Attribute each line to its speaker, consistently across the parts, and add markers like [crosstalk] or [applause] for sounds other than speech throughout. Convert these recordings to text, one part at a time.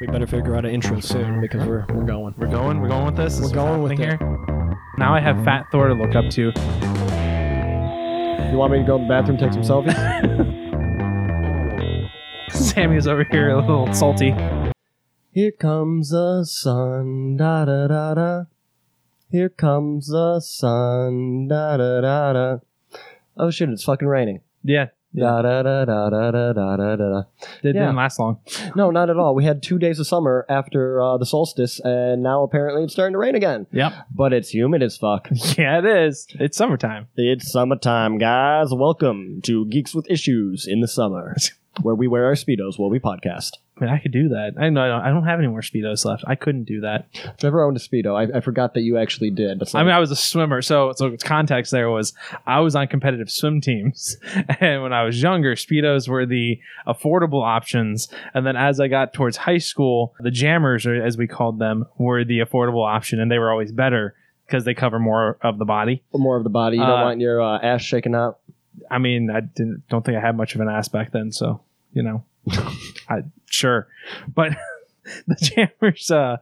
Speaker 1: We better figure out an intro soon because we're we're going.
Speaker 2: We're going. We're going with this.
Speaker 1: We're
Speaker 2: This is
Speaker 1: going with
Speaker 2: happening here. Now I have Fat Thor to look up to. [laughs]
Speaker 1: You want me to go to the bathroom, take some selfies?
Speaker 2: Sammy's over here a little salty.
Speaker 1: Here comes the sun, da da da da. Here comes the sun, da da da da. Oh shit! It's fucking raining.
Speaker 2: Yeah,
Speaker 1: Da da da da da da da da da.
Speaker 2: it
Speaker 1: Yeah.
Speaker 2: didn't last long.
Speaker 1: No, not at all. We had two days of summer after uh, the solstice, and now apparently it's starting to rain again.
Speaker 2: Yep.
Speaker 1: But it's humid as fuck.
Speaker 2: [laughs] Yeah, it is. It's summertime.
Speaker 1: It's summertime, guys. Welcome to Geeks with Issues in the Summer, [laughs] where we wear our Speedos while we podcast.
Speaker 2: I mean, I could do that. I know. I don't- I don't have any more speedos left. I couldn't do that.
Speaker 1: Trevor owned a Speedo. I, I forgot that you actually did. That's
Speaker 2: I mean, I was a swimmer, so so its context there was I was on competitive swim teams, [laughs] and when I was younger, speedos were the affordable options, and then as I got towards high school, the jammers, or as we called them, were the affordable option, and they were always better because they cover more of the body.
Speaker 1: more of the body. You don't
Speaker 2: uh,
Speaker 1: want your uh, ass shaken out.
Speaker 2: I mean, I didn't don't think I had much of an ass back then, so
Speaker 1: [laughs]
Speaker 2: you know, I sure, but. [laughs] The jammers, uh,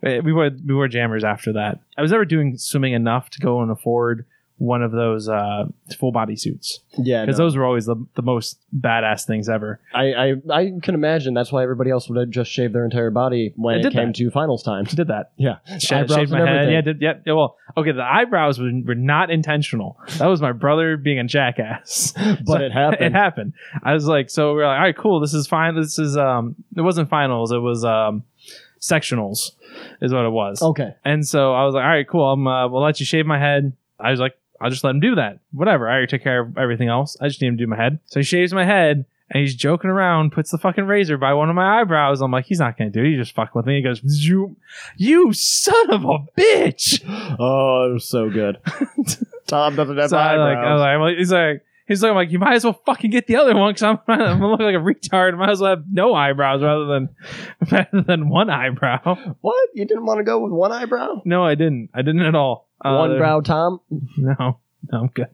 Speaker 2: we wore we wore jammers after that. I was never doing swimming enough to go and afford one of those uh, full body suits.
Speaker 1: Yeah,
Speaker 2: because
Speaker 1: no.
Speaker 2: those were always the, the most badass things ever.
Speaker 1: I, I I can imagine that's why everybody else would have just shaved their entire body when
Speaker 2: I
Speaker 1: it
Speaker 2: did
Speaker 1: came
Speaker 2: that.
Speaker 1: to finals
Speaker 2: [laughs]
Speaker 1: time.
Speaker 2: Did that?
Speaker 1: Yeah,
Speaker 2: Sh-
Speaker 1: Eyebrows
Speaker 2: shaved my
Speaker 1: and
Speaker 2: head.
Speaker 1: everything.
Speaker 2: Yeah, did, yeah, yeah. Well, okay. The eyebrows were, were not intentional. That was my brother being a jackass.
Speaker 1: but
Speaker 2: [laughs]
Speaker 1: it happened.
Speaker 2: it happened. I was like, so we we're like, all right, cool. This is fine. This is um, it wasn't finals. It was um, sectionals, is what it was.
Speaker 1: okay,
Speaker 2: And so I was like, all right, cool. I'm uh, we'll let you shave my head. I was like, I'll just let him do that. Whatever. I already took care of everything else. I just need him to do my head. So he shaves my head and he's joking around, puts the fucking razor by one of my eyebrows. I'm like, he's not gonna do it. He's just fucking with me. He goes, you, you son of a bitch.
Speaker 1: oh, it was so
Speaker 2: [laughs]
Speaker 1: good. Tom doesn't have
Speaker 2: So I like, I was like, I'm like, he's like. He's like, I'm like, you might as well fucking get the other one because I'm, [laughs] I'm gonna look like a retard. Might as well have no eyebrows rather than [laughs] rather than one eyebrow.
Speaker 1: what? You didn't want to go with one eyebrow?
Speaker 2: No, I didn't. I didn't at all. Uh,
Speaker 1: one brow, Tom.
Speaker 2: [laughs] No, no, I'm good.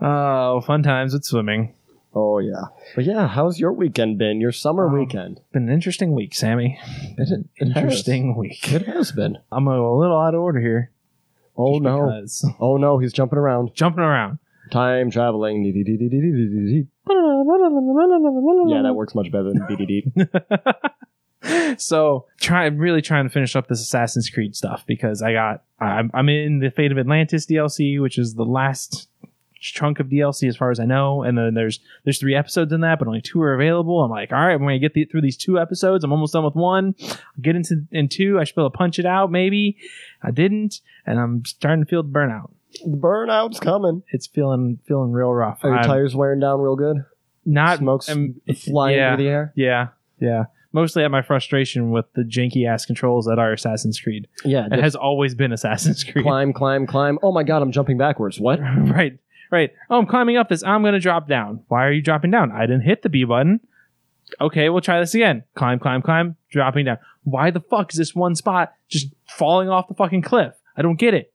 Speaker 2: Oh, fun times with swimming.
Speaker 1: Oh yeah, but yeah. How's your weekend been? Your summer
Speaker 2: Um,
Speaker 1: weekend?
Speaker 2: Been an interesting week, Sammy.
Speaker 1: It, it has.
Speaker 2: Interesting week.
Speaker 1: It has been.
Speaker 2: I'm a little out of order here.
Speaker 1: Oh
Speaker 2: just
Speaker 1: no!
Speaker 2: because.
Speaker 1: Oh no! He's jumping around.
Speaker 2: Jumping around.
Speaker 1: Time traveling. Yeah, that works much better than [laughs] BDD.
Speaker 2: so try I'm really trying to finish up this Assassin's Creed stuff because I got I'm, I'm in the Fate of Atlantis DLC, which is the last chunk of DLC as far as I know. And then there's there's three episodes in that, but only two are available. I'm like, all right, I'm gonna get the, through these two episodes. I'm almost done with one. I'll get into in two. I should be able to punch it out, maybe. I didn't, and I'm starting to feel the burnout.
Speaker 1: The burnout's coming.
Speaker 2: It's feeling feeling real rough.
Speaker 1: Are your
Speaker 2: I'm
Speaker 1: tires wearing down real good?
Speaker 2: not
Speaker 1: Smokes
Speaker 2: I'm-
Speaker 1: flying
Speaker 2: yeah.
Speaker 1: through the air?
Speaker 2: Yeah, yeah. Mostly at my frustration with the janky ass controls that are Assassin's Creed.
Speaker 1: Yeah.
Speaker 2: It
Speaker 1: just
Speaker 2: has always been Assassin's Creed.
Speaker 1: climb, climb, climb. Oh my god, I'm jumping backwards. What?
Speaker 2: [laughs] right, right. Oh, I'm climbing up this. I'm going to drop down. Why are you dropping down? I didn't hit the B button. Okay, we'll try this again. Climb, climb, climb, dropping down. Why the fuck is this one spot just falling off the fucking cliff? I don't get it.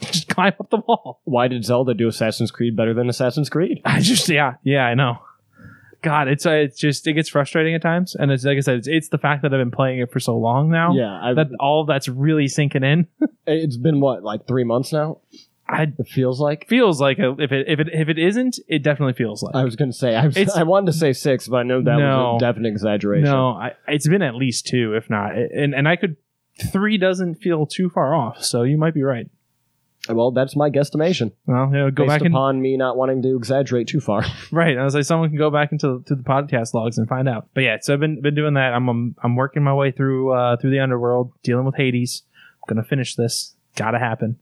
Speaker 2: [laughs] Just climb up the wall.
Speaker 1: Why did Zelda do Assassin's Creed better than Assassin's Creed?
Speaker 2: I just, yeah, yeah, I know. God, it's uh, it's just it gets frustrating at times, and it's like I said, it's, it's the fact that I've been playing it for so long now.
Speaker 1: Yeah, I've,
Speaker 2: that all that's really sinking in.
Speaker 1: it's been what, like three months now?
Speaker 2: I
Speaker 1: It feels like.
Speaker 2: feels like a, if it if it if it isn't, it definitely feels like.
Speaker 1: I was gonna say I've,
Speaker 2: It's-
Speaker 1: I wanted to say six, but I know that
Speaker 2: No.
Speaker 1: was a definite exaggeration.
Speaker 2: no, I, it's been at least two, if not, and and I could three doesn't feel too far off. So you might be right.
Speaker 1: Well, that's my guesstimation.
Speaker 2: Well, you know, go
Speaker 1: based
Speaker 2: back and
Speaker 1: upon me not wanting to exaggerate too far.
Speaker 2: [laughs]
Speaker 1: [laughs]
Speaker 2: right. I was like, someone can go back into to the podcast logs and find out. But yeah, so I've been been doing that. I'm I'm, I'm working my way through uh, through the underworld, dealing with Hades. I'm gonna finish this. Gotta happen.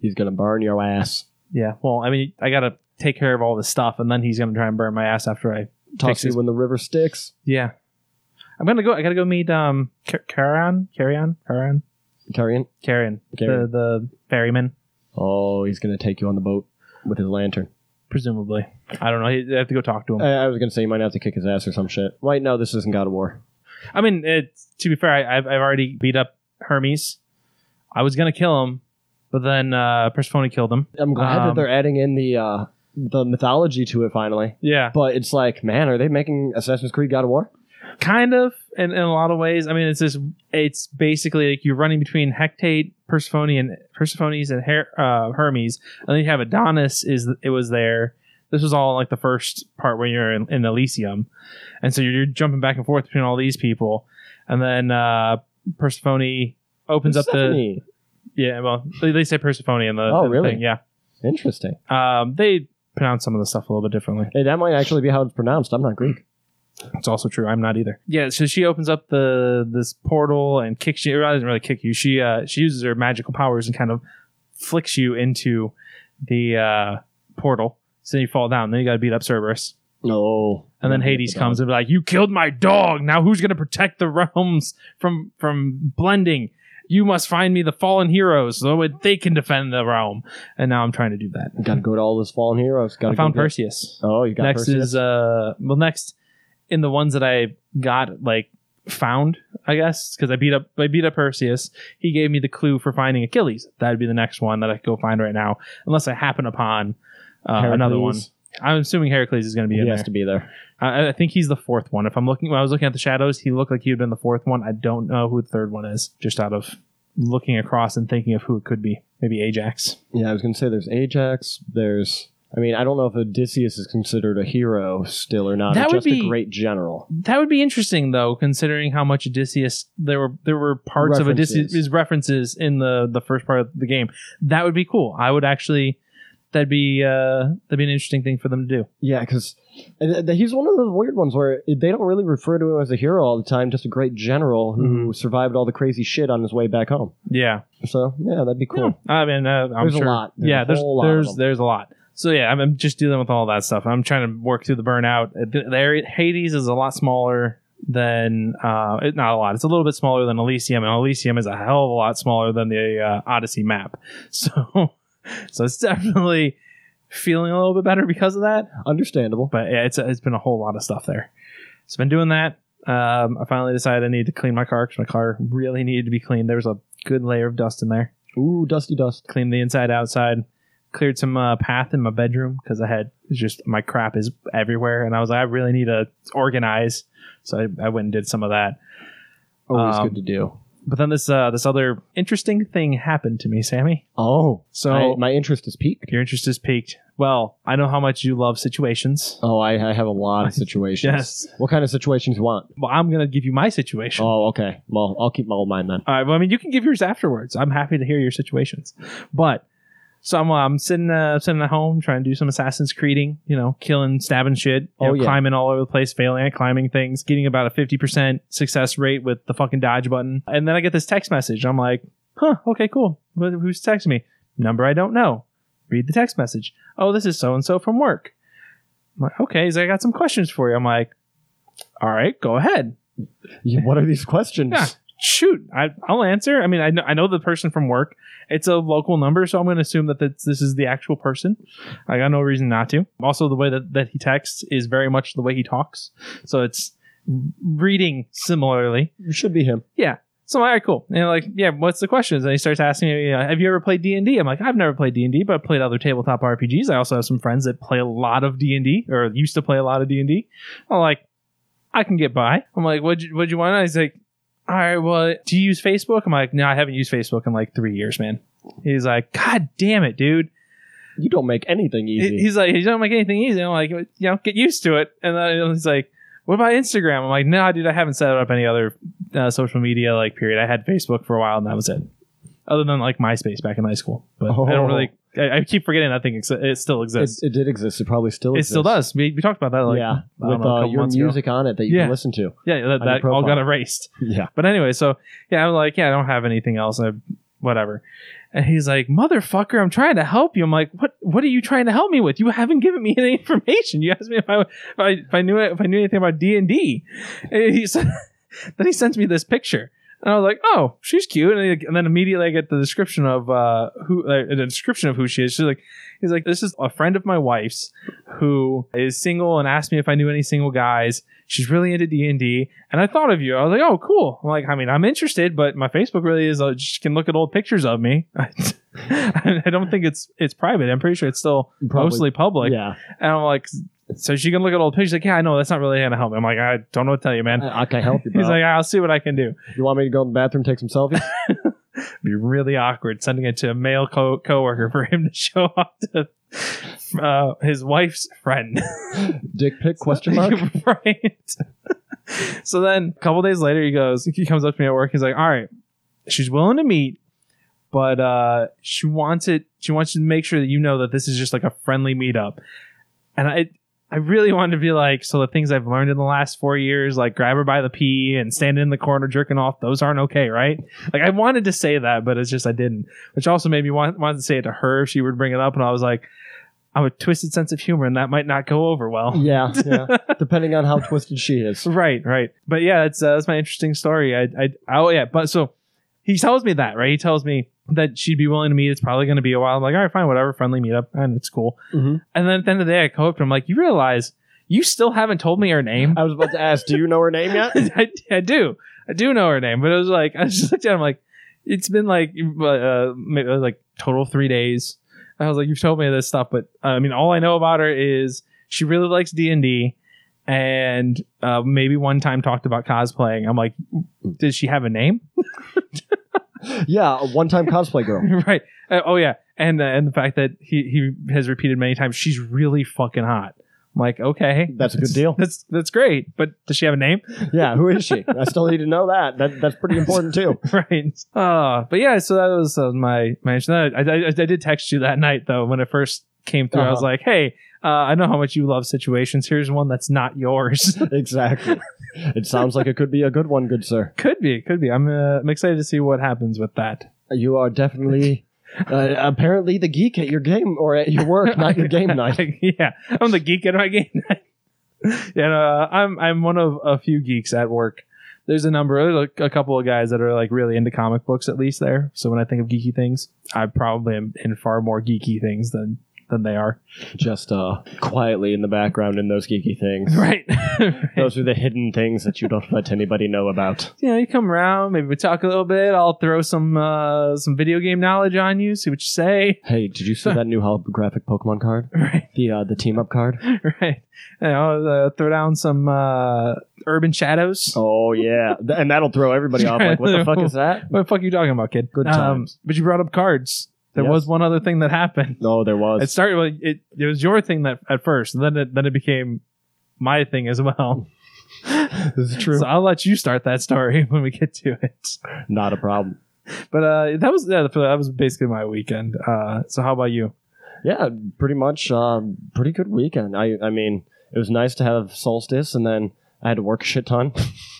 Speaker 1: He's gonna burn your ass.
Speaker 2: Yeah. Well, I mean, I gotta take care of all this stuff, and then he's gonna try and burn my ass after I
Speaker 1: Talk
Speaker 2: Fix
Speaker 1: to you
Speaker 2: his-
Speaker 1: when the river sticks.
Speaker 2: Yeah. I'm gonna go. I gotta go meet um Car- Caron, Carion, Caron,
Speaker 1: Carrion.
Speaker 2: Carion, the
Speaker 1: Carion.
Speaker 2: the ferryman,
Speaker 1: Oh, he's gonna take you on the boat with his lantern.
Speaker 2: presumably. I don't know. I have to go talk to him.
Speaker 1: I, I was gonna say you might have to kick his ass or some shit. Wait, no, this isn't God of War.
Speaker 2: I mean, it, to be fair, I, I've I've already beat up Hermes. I was gonna kill him, but then uh, Persephone killed him.
Speaker 1: I'm glad
Speaker 2: Um,
Speaker 1: that they're adding in the uh, the mythology to it finally.
Speaker 2: Yeah.
Speaker 1: But it's like, man, are they making Assassin's Creed God of War?
Speaker 2: kind of in, in a lot of ways i mean it's just it's basically like you're running between hecate persephone and persephone's and Her, uh, hermes and then you have adonis is it was there this was all like the first part where you're in, in elysium and so you're, you're jumping back and forth between all these people and then uh persephone opens up the
Speaker 1: Persephone.
Speaker 2: yeah well they, they say persephone in the
Speaker 1: Oh,
Speaker 2: in the
Speaker 1: really?
Speaker 2: thing, yeah
Speaker 1: Interesting.
Speaker 2: um they pronounce some of the stuff a little bit differently
Speaker 1: Hey, that might actually be how it's pronounced. I'm not Greek.
Speaker 2: It's also true. I'm not either. Yeah. So she opens up the this portal and kicks you. Or doesn't really kick you. She uh, she uses her magical powers and kind of flicks you into the uh, portal. So you fall down. Then you got to beat up Cerberus.
Speaker 1: No.
Speaker 2: And then Hades comes and be like, "You killed my dog. Now who's going to protect the realms from from blending? You must find me the fallen heroes so that they can defend the realm." And now I'm trying to do that.
Speaker 1: Got to go to all those fallen heroes. Gotta
Speaker 2: I found
Speaker 1: go get-
Speaker 2: Perseus
Speaker 1: Oh, you got
Speaker 2: next
Speaker 1: Perseus?
Speaker 2: is uh well next in the ones that I got like found I guess because I beat up I beat up Perseus he gave me the clue for finding Achilles that'd be the next one that I could go find right now unless I happen upon uh, another one
Speaker 1: Heracles.
Speaker 2: I'm assuming Heracles is going to be
Speaker 1: He
Speaker 2: in
Speaker 1: has
Speaker 2: there
Speaker 1: to be there.
Speaker 2: I, I think he's the fourth one if I'm looking when I was looking at the shadows he looked like he had been the fourth one I don't know who the third one is just out of looking across and thinking of who it could be maybe Ajax
Speaker 1: Yeah, I was gonna say there's Ajax. There's, I mean, I don't know if Odysseus is considered a hero still or not. or
Speaker 2: That would
Speaker 1: just
Speaker 2: be-
Speaker 1: a great general.
Speaker 2: That would be interesting, though, considering how much Odysseus there were there were parts of
Speaker 1: References.
Speaker 2: Odysseus' references in the the first part of the game. That would be cool. I would actually that'd be uh that'd be an interesting thing for them to do.
Speaker 1: Yeah, because he's one of those weird ones where they don't really refer to him as a hero all the time. Just a great general who
Speaker 2: Mm-hmm.
Speaker 1: survived all the crazy shit on his way back home.
Speaker 2: Yeah,
Speaker 1: So yeah, that'd be cool.
Speaker 2: Yeah. I mean, uh, I'm
Speaker 1: There's a
Speaker 2: sure-
Speaker 1: lot. There's
Speaker 2: yeah,
Speaker 1: a
Speaker 2: there's
Speaker 1: whole lot of
Speaker 2: there's
Speaker 1: them.
Speaker 2: there's a lot. So yeah, I'm, I'm just dealing with all that stuff. I'm trying to work through the burnout. The, the area- Hades is a lot smaller than uh, it, not a lot. It's a little bit smaller than Elysium, and Elysium is a hell of a lot smaller than the uh, Odyssey map. [laughs] So so it's definitely feeling a little bit better because of that.
Speaker 1: Understandable.
Speaker 2: But yeah, it's it's been a whole lot of stuff there. So I've been doing that. Um, I finally decided I need to clean my car because my car really needed to be cleaned. There was a good layer of dust in there
Speaker 1: Ooh, dusty dust.
Speaker 2: cleaned the inside outside cleared some uh, path in my bedroom because i had it's just my crap is everywhere and i was like i really need to organize so i, I went and did some of that
Speaker 1: Always
Speaker 2: Um,
Speaker 1: good to do.
Speaker 2: but then this uh, this other interesting thing happened to me sammy
Speaker 1: Oh,
Speaker 2: so
Speaker 1: I- my interest is peaked.
Speaker 2: your interest is piqued well i know how much you love situations
Speaker 1: Oh, I, I have a lot
Speaker 2: [laughs]
Speaker 1: of situations.
Speaker 2: yes
Speaker 1: What kind of situations you want?
Speaker 2: well i'm gonna give you my situation
Speaker 1: Oh, okay. Well, I'll keep my old mind then.
Speaker 2: All right. Well, I mean, you can give yours afterwards. I'm happy to hear your situations. But so I'm, I'm sitting, uh, sitting at home trying to do some Assassin's Creeding, you know, killing, stabbing shit, you
Speaker 1: Oh,
Speaker 2: know,
Speaker 1: yeah.
Speaker 2: climbing all over the place, failing at climbing things, getting about a 50% success rate with the fucking dodge button. And then I get this text message. I'm like, huh, okay, cool. Wh- Who's texting me? Number I don't know. Read the text message. Oh, this is so and so from work. I'm like, okay, he's like, I got some questions for you. I'm like, all right, go ahead
Speaker 1: Yeah, what are these questions?
Speaker 2: Yeah. shoot I, i'll answer i mean I know, I know the person from work it's a local number so i'm going to assume that that's, this is the actual person i got no reason not to also the way that, that he texts is very much the way he talks so it's reading similarly
Speaker 1: It should be him.
Speaker 2: so I'm like, all right cool and like yeah what's the questions and he starts asking me you know, have you ever played d&d i'm like i've never played d&d but i played other tabletop rpgs i also have some friends that play a lot of d&d or used to play a lot of d&d i'm like I can get by. I'm like, what'd you, what'd you want? He's like, all right, well, do you use Facebook? I'm like, no, I haven't used Facebook in like three years, man. He's like, God damn it, dude.
Speaker 1: You don't make anything
Speaker 2: He-
Speaker 1: easy.
Speaker 2: He's like, you don't make anything easy. I'm like, you know, get used to it. And then he's like, what about Instagram? I'm like, no, dude, I haven't set up any other uh, social media like period. I had Facebook for a while and that was it. Other than like MySpace back in high school, but I don't really. I, I keep forgetting that thing ex- it still
Speaker 1: Oh. it,
Speaker 2: exists.
Speaker 1: it did exist. It probably still
Speaker 2: It,
Speaker 1: exists.
Speaker 2: still does. We, we talked about that. Like,
Speaker 1: yeah,
Speaker 2: I don't
Speaker 1: with
Speaker 2: know, a
Speaker 1: uh,
Speaker 2: couple
Speaker 1: your
Speaker 2: months ago.
Speaker 1: music on it that you
Speaker 2: Yeah.
Speaker 1: can listen to.
Speaker 2: yeah, that,
Speaker 1: on your
Speaker 2: that all got
Speaker 1: profile.
Speaker 2: erased. [laughs]
Speaker 1: Yeah.
Speaker 2: But anyway, so yeah, I'm like, yeah, I don't have anything else. I, whatever. And he's like, motherfucker, I'm trying to help you. I'm like, what? What are you trying to help me with? You haven't given me any [laughs] information. You asked me if I if I, if I knew it, if I knew anything about D and D. He [laughs] said, then he sends me this picture. And I was like, "Oh, she's cute," and, he- and then immediately I get the description of uh, who, uh, a description of who she is. She's like, "He's like, this is a friend of my wife's who is single and asked me if I knew any single guys. She's really into D and D, and I thought of you. I was like, oh, cool. I'm like, I mean, I'm interested, but my Facebook really is. I just can look at old pictures of me. [laughs] I don't think it's it's private. I'm pretty sure it's still
Speaker 1: Probably-
Speaker 2: mostly public.
Speaker 1: yeah.
Speaker 2: And I'm like, So she can look at old pictures. Like, yeah, I know that's not really gonna help. me." I'm like, I don't know what to tell you, man.
Speaker 1: I, I can't help you, bro.
Speaker 2: [laughs] He's like, I'll see what I can do.
Speaker 1: you want me to go in the bathroom, take some
Speaker 2: [laughs]
Speaker 1: selfies?
Speaker 2: It'd be really awkward sending it to a male co- coworker [laughs] for him to show up to uh, his wife's friend.
Speaker 1: Dick pic? Question
Speaker 2: [laughs]
Speaker 1: mark. [laughs]
Speaker 2: right. so then a couple days later, he goes, he comes up to me at work. He's like, all right, she's willing to meet, but uh, she wants it. She wants you to make sure that you know that this is just like a friendly meetup. And I, I really wanted to be like, so the things I've learned in the last four years, like grab her by the pee and stand in the corner jerking off, those aren't okay, right? Like I wanted to say that, but it's just I didn't, which also made me want, want to say it to her if she would bring it up. And I was like, I'm a twisted sense of humor, and that might not go over well. [laughs]
Speaker 1: Yeah, yeah. Depending on how twisted she is.
Speaker 2: Right, right. But yeah, that's uh, that's my interesting story. I, I, oh yeah. But so he tells me that, right? He tells me that she'd be willing to meet. It's probably going to be a while. I'm like, all right, fine, whatever, friendly meetup, and it's cool.
Speaker 1: Mhm.
Speaker 2: And then at the end of the day, I go up to him like, you realize you still haven't told me her name?
Speaker 1: I was about to ask, do you know her name yet?
Speaker 2: [laughs] I, I do, I do know her name, but it was like I just [laughs] looked at him like, it's been like, uh, maybe it was like total three days. I was like, you've told me this stuff, but uh, I mean, all I know about her is she really likes D and D, and uh, maybe one time talked about cosplaying. I'm like, does she have a name? [laughs]
Speaker 1: Yeah, a one-time cosplay girl.
Speaker 2: right. Uh, oh yeah, and uh, and the fact that he he has repeated many times, she's really fucking hot. I'm like, okay,
Speaker 1: That's a good deal.
Speaker 2: That's that's great, but does she have a name?
Speaker 1: Yeah, who is she? I still need to know that. that that's pretty important
Speaker 2: [laughs]
Speaker 1: too.
Speaker 2: right. Uh, but yeah, so that was, that was my my. I, I I did text you that night though when it first came through. I was
Speaker 1: Uh-huh.
Speaker 2: like, hey, uh, I know how much you love situations. Here's one that's not yours. [laughs]
Speaker 1: Exactly. It sounds like it could be a good one, good sir.
Speaker 2: could be, could be. I'm uh, I'm excited to see what happens with that.
Speaker 1: You are [laughs] definitely, uh, apparently, the geek at your game or at your work, [laughs] not your [laughs]
Speaker 2: [laughs]
Speaker 1: game night.
Speaker 2: yeah, I'm the geek at my game [laughs] night. yeah, no, I'm I'm one of a few geeks at work. There's a number, there's a, a couple of guys that are like really into comic books, at least there. So when I think of geeky things, I probably am in far more geeky things than than they are.
Speaker 1: Just uh, quietly in the background in those geeky [laughs] things.
Speaker 2: [laughs] Right.
Speaker 1: Those are the hidden things that you don't let anybody know about.
Speaker 2: you know, you come around, maybe we talk a little bit. I'll throw some uh, some video game knowledge on you, see what you say. [laughs]
Speaker 1: Hey, did you see that new holographic Pokemon card?
Speaker 2: Right,
Speaker 1: The uh, the team up card?
Speaker 2: right. You know, uh, throw down some uh, urban shadows.
Speaker 1: Oh yeah, Th- and that'll throw everybody off. Like, what the fuck is that?
Speaker 2: What the fuck are you talking about, kid? Um,
Speaker 1: Good times.
Speaker 2: but you brought up cards. There
Speaker 1: Yes.
Speaker 2: was one other thing that happened.
Speaker 1: [laughs] No, there
Speaker 2: It
Speaker 1: was.
Speaker 2: started. Well, it it was your thing that at first, and then it, then it became my thing as well.
Speaker 1: This is [laughs] true.
Speaker 2: So I'll let you start that story [laughs] when we get to it.
Speaker 1: Not a problem.
Speaker 2: But uh, that was yeah, that was basically my weekend. Uh, so how about you?
Speaker 1: Yeah, pretty much. Um, pretty good weekend. I I mean, it was nice to have solstice, and then I had to work a shit ton, [laughs]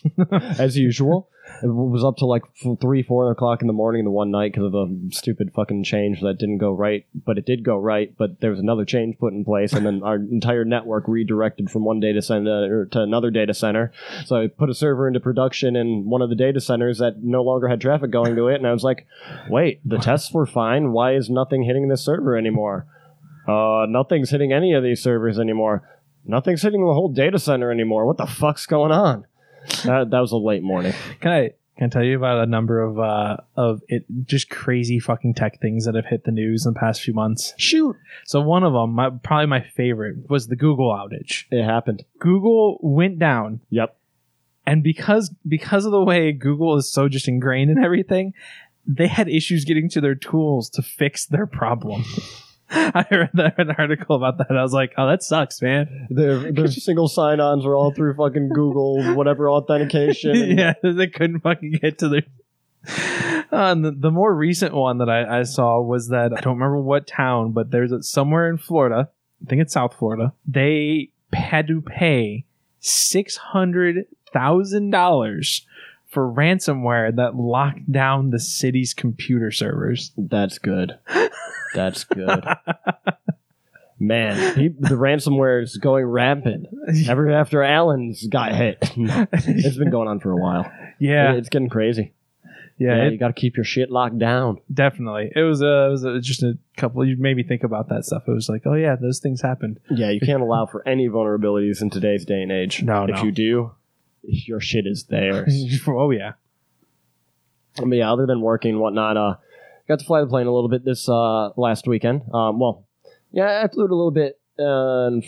Speaker 1: as usual. It was up to like f- three, four o'clock in the morning the one night because of a stupid fucking change that didn't go right, but it did go right. But there was another change put in place, and then our entire network redirected from one data center to another data center. So I put a server into production in one of the data centers that no longer had traffic going to it, and I was like, "Wait, the tests were fine. Why is nothing hitting this server anymore? Uh, nothing's hitting any of these servers anymore. Nothing's hitting the whole data center anymore. What the fuck's going on?" That, that was a late morning.
Speaker 2: Can I can I tell you about a number of uh, of it just crazy fucking tech things that have hit the news in the past few months?
Speaker 1: Shoot,
Speaker 2: So one of them, my, probably my favorite, was the Google outage.
Speaker 1: it happened.
Speaker 2: Google went down,
Speaker 1: Yep.
Speaker 2: and because because of the way Google is so just ingrained in everything, they had issues getting to their tools to fix their problem. [laughs] I read, that, I read an article about that. I was like, "Oh, that sucks, man." [laughs]
Speaker 1: Their, their single sign-ons were all through fucking Google, whatever authentication. and-
Speaker 2: [laughs] yeah, they couldn't fucking get to their. [laughs] Uh, and the, the more recent one that I, I saw was that I don't remember what town, but there's a, somewhere in Florida. I think it's South Florida. They had to pay six hundred thousand dollars for ransomware that locked down the city's computer servers.
Speaker 1: That's good. That's
Speaker 2: [laughs]
Speaker 1: good. Man, he, the ransomware is going rampant. Ever after Allen's got hit, [laughs] it's been going on for a while.
Speaker 2: yeah,
Speaker 1: it's getting crazy.
Speaker 2: yeah,
Speaker 1: Yeah,
Speaker 2: it-
Speaker 1: you got to keep your shit locked down.
Speaker 2: definitely. It was a, it was a, just a couple. You made me think about that stuff. It was like, oh yeah, those things happened.
Speaker 1: Yeah, you can't allow for any vulnerabilities in today's day and age.
Speaker 2: No,
Speaker 1: if
Speaker 2: no.
Speaker 1: you do, your shit is
Speaker 2: [laughs]
Speaker 1: theirs.
Speaker 2: oh yeah,
Speaker 1: I mean, yeah, other than working and whatnot, uh, got to fly the plane a little bit this uh, last weekend. Um, well, yeah, I flew it a little bit uh, on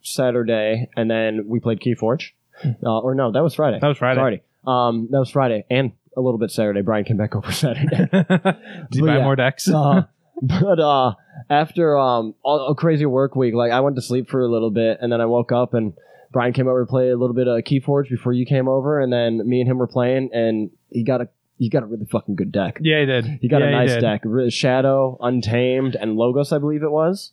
Speaker 1: Saturday, and then we played Keyforge. Uh, or no, that was Friday.
Speaker 2: Hmm. That was Friday.
Speaker 1: Friday. Um, that was Friday, and a little bit Saturday. Brian came back over [laughs] Saturday.
Speaker 2: Did you
Speaker 1: But
Speaker 2: buy
Speaker 1: yeah.
Speaker 2: more decks?
Speaker 1: uh, [laughs] but uh, after um, all, a crazy work week, like I went to sleep for a little bit, and then I woke up, and Brian came over to play a little bit of Keyforge before you came over, and then me and him were playing, and he got a he got a really fucking good deck.
Speaker 2: yeah, he did.
Speaker 1: He got
Speaker 2: Yeah,
Speaker 1: a
Speaker 2: did.
Speaker 1: nice deck, Re- Shadow, Untamed, and Logos, I believe it was,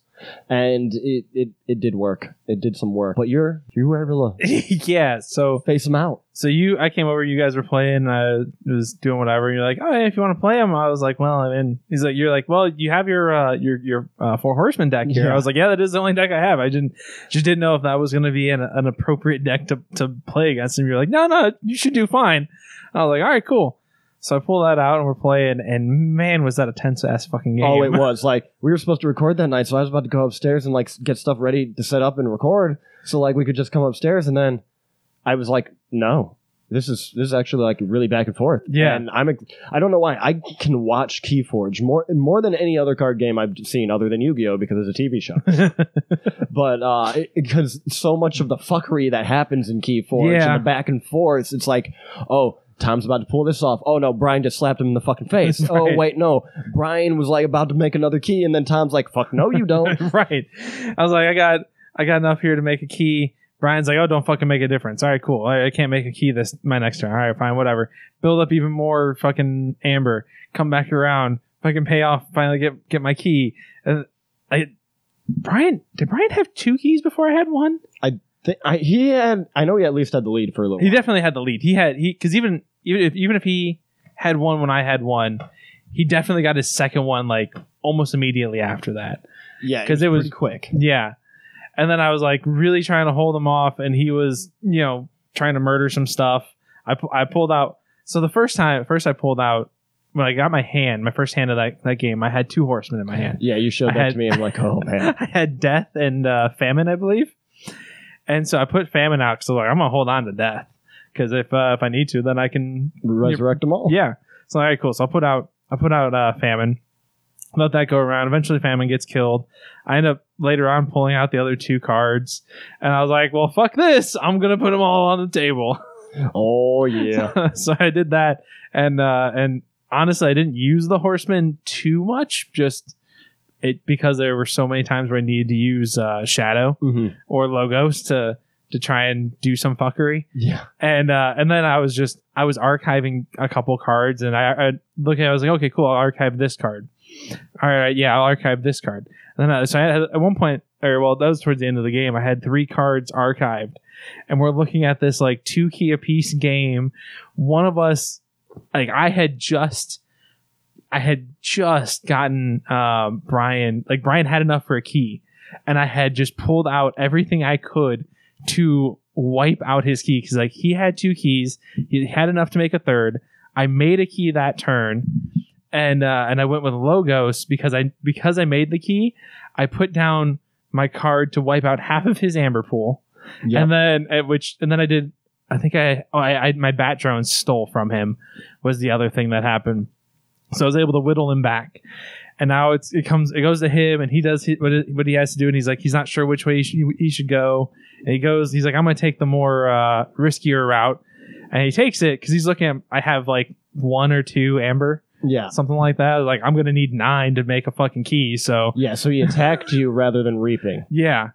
Speaker 1: and it, it, it did work. It did some work. But you're you were able to
Speaker 2: [laughs] yeah. So
Speaker 1: face him out.
Speaker 2: so you, I came over. You guys were playing. I was doing whatever. And you're like, oh, yeah, if you want to play him, I was like, well, I'm in. He's like, you're like, well, you have your uh, your your uh, four horsemen deck here.
Speaker 1: Yeah.
Speaker 2: I was like, yeah, that is the only deck I have. I didn't just didn't know if that was going to be an, an appropriate deck to to play against him. You're like, no, no, you should do fine. I was like, all right, cool. So I pull that out and we're playing, and man, was that a tense ass fucking game.
Speaker 1: Oh, it
Speaker 2: [laughs]
Speaker 1: was like we were supposed to record that night, so I was about to go upstairs and like s- get stuff ready to set up and record, so like we could just come upstairs. And then I was like, no, this is this is actually like really back and forth.
Speaker 2: Yeah.
Speaker 1: and I'm a, I don't know why I can watch Keyforge more more than any other card game I've seen other than Yu Gi Oh because it's a TV
Speaker 2: [laughs]
Speaker 1: show. but uh, because so much of the fuckery that happens in Keyforge
Speaker 2: Yeah.
Speaker 1: and the back and forth, it's like, oh. Tom's about to pull this off. Oh no, Brian just slapped him in the fucking
Speaker 2: [laughs]
Speaker 1: face. Oh
Speaker 2: Right.
Speaker 1: wait, no. Brian was like about to make another key, and then Tom's like, "Fuck no, you
Speaker 2: [laughs]
Speaker 1: don't."
Speaker 2: right. I was like, I got I got enough here to make a key. Brian's like, oh, don't fucking make a difference. All right, cool. I, I can't make a key this my next turn. All right, fine, whatever. Build up even more fucking amber. Come back around. Fucking pay off. Finally get get my key. And I, Brian, did Brian have two keys before I had one?
Speaker 1: Th- I, he had, I know he at least had the lead for a little.
Speaker 2: He
Speaker 1: while.
Speaker 2: definitely had the lead. He had he because even even if even if he had one when I had one, he definitely got his second one like almost immediately after that.
Speaker 1: yeah,
Speaker 2: 'cause it was-
Speaker 1: pretty quick.
Speaker 2: Yeah. And then I was like really trying to hold him off, and he was, you know, trying to murder some stuff. I, pu- I pulled out. So the first time, first I pulled out when I got my hand, my first hand of that, that game, I had two horsemen in my hand.
Speaker 1: [laughs] Yeah, you showed
Speaker 2: I
Speaker 1: that
Speaker 2: had-
Speaker 1: to me. I'm like,
Speaker 2: [laughs]
Speaker 1: oh man,
Speaker 2: I had death and uh, famine, I believe. And so I put famine out because I was like, I'm going to hold on to death because if uh, if I need to, then I can
Speaker 1: resurrect them all.
Speaker 2: [laughs] yeah. So all right, cool. So I'll put out I put out uh, famine. Let that go around. Eventually, famine gets killed. I end up later on pulling out the other two cards, and I was like, "Well, fuck this! I'm gonna put them all on the table."
Speaker 1: Oh
Speaker 2: [laughs]
Speaker 1: yeah.
Speaker 2: so I did that, and uh, and honestly, I didn't use the horsemen too much, just it because there were so many times where I needed to use uh, shadow
Speaker 1: hmm
Speaker 2: or logos to to try and do some fuckery
Speaker 1: Yeah.
Speaker 2: and uh, and then I was just I was archiving a couple cards, and I, I look at it, I was like, okay, cool, I'll archive this card. All right, yeah, I'll archive this card. And then I, so I had, at one point, or well, that was towards the end of the game. I had three cards archived, and we're looking at this like two key apiece game. One of us, like I had just. I had just gotten um, Brian, like Brian had enough for a key, and I had just pulled out everything I could to wipe out his key because like he had two keys he had enough to make a third i made a key that turn and uh, and i went with logos because i because i made the key i put down my card to wipe out half of his amber pool
Speaker 1: Yeah.
Speaker 2: and then at which and then i did i think i oh, I, I my bat drone stole from him was the other thing that happened so i was able to whittle him back and now it's it comes it goes to him and he does hi- what, it- what he has to do and he's like he's not sure which way he should, he should go and he goes, he's like, I'm going to take the more uh, riskier route. And he takes it because he's looking at, I have like one or two amber,
Speaker 1: yeah.
Speaker 2: something like that. Like, I'm going to need nine to make a fucking key. So,
Speaker 1: Yeah. So he attacked you rather than reaping.
Speaker 2: yeah.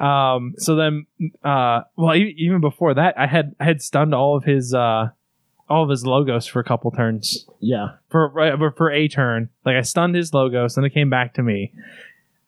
Speaker 2: Um, so then, uh, well, e- even before that, I had, I had stunned all of his, uh, all of his logos for a couple turns
Speaker 1: Yeah.
Speaker 2: for for- for a turn. Like I stunned his logos, then it came back to me,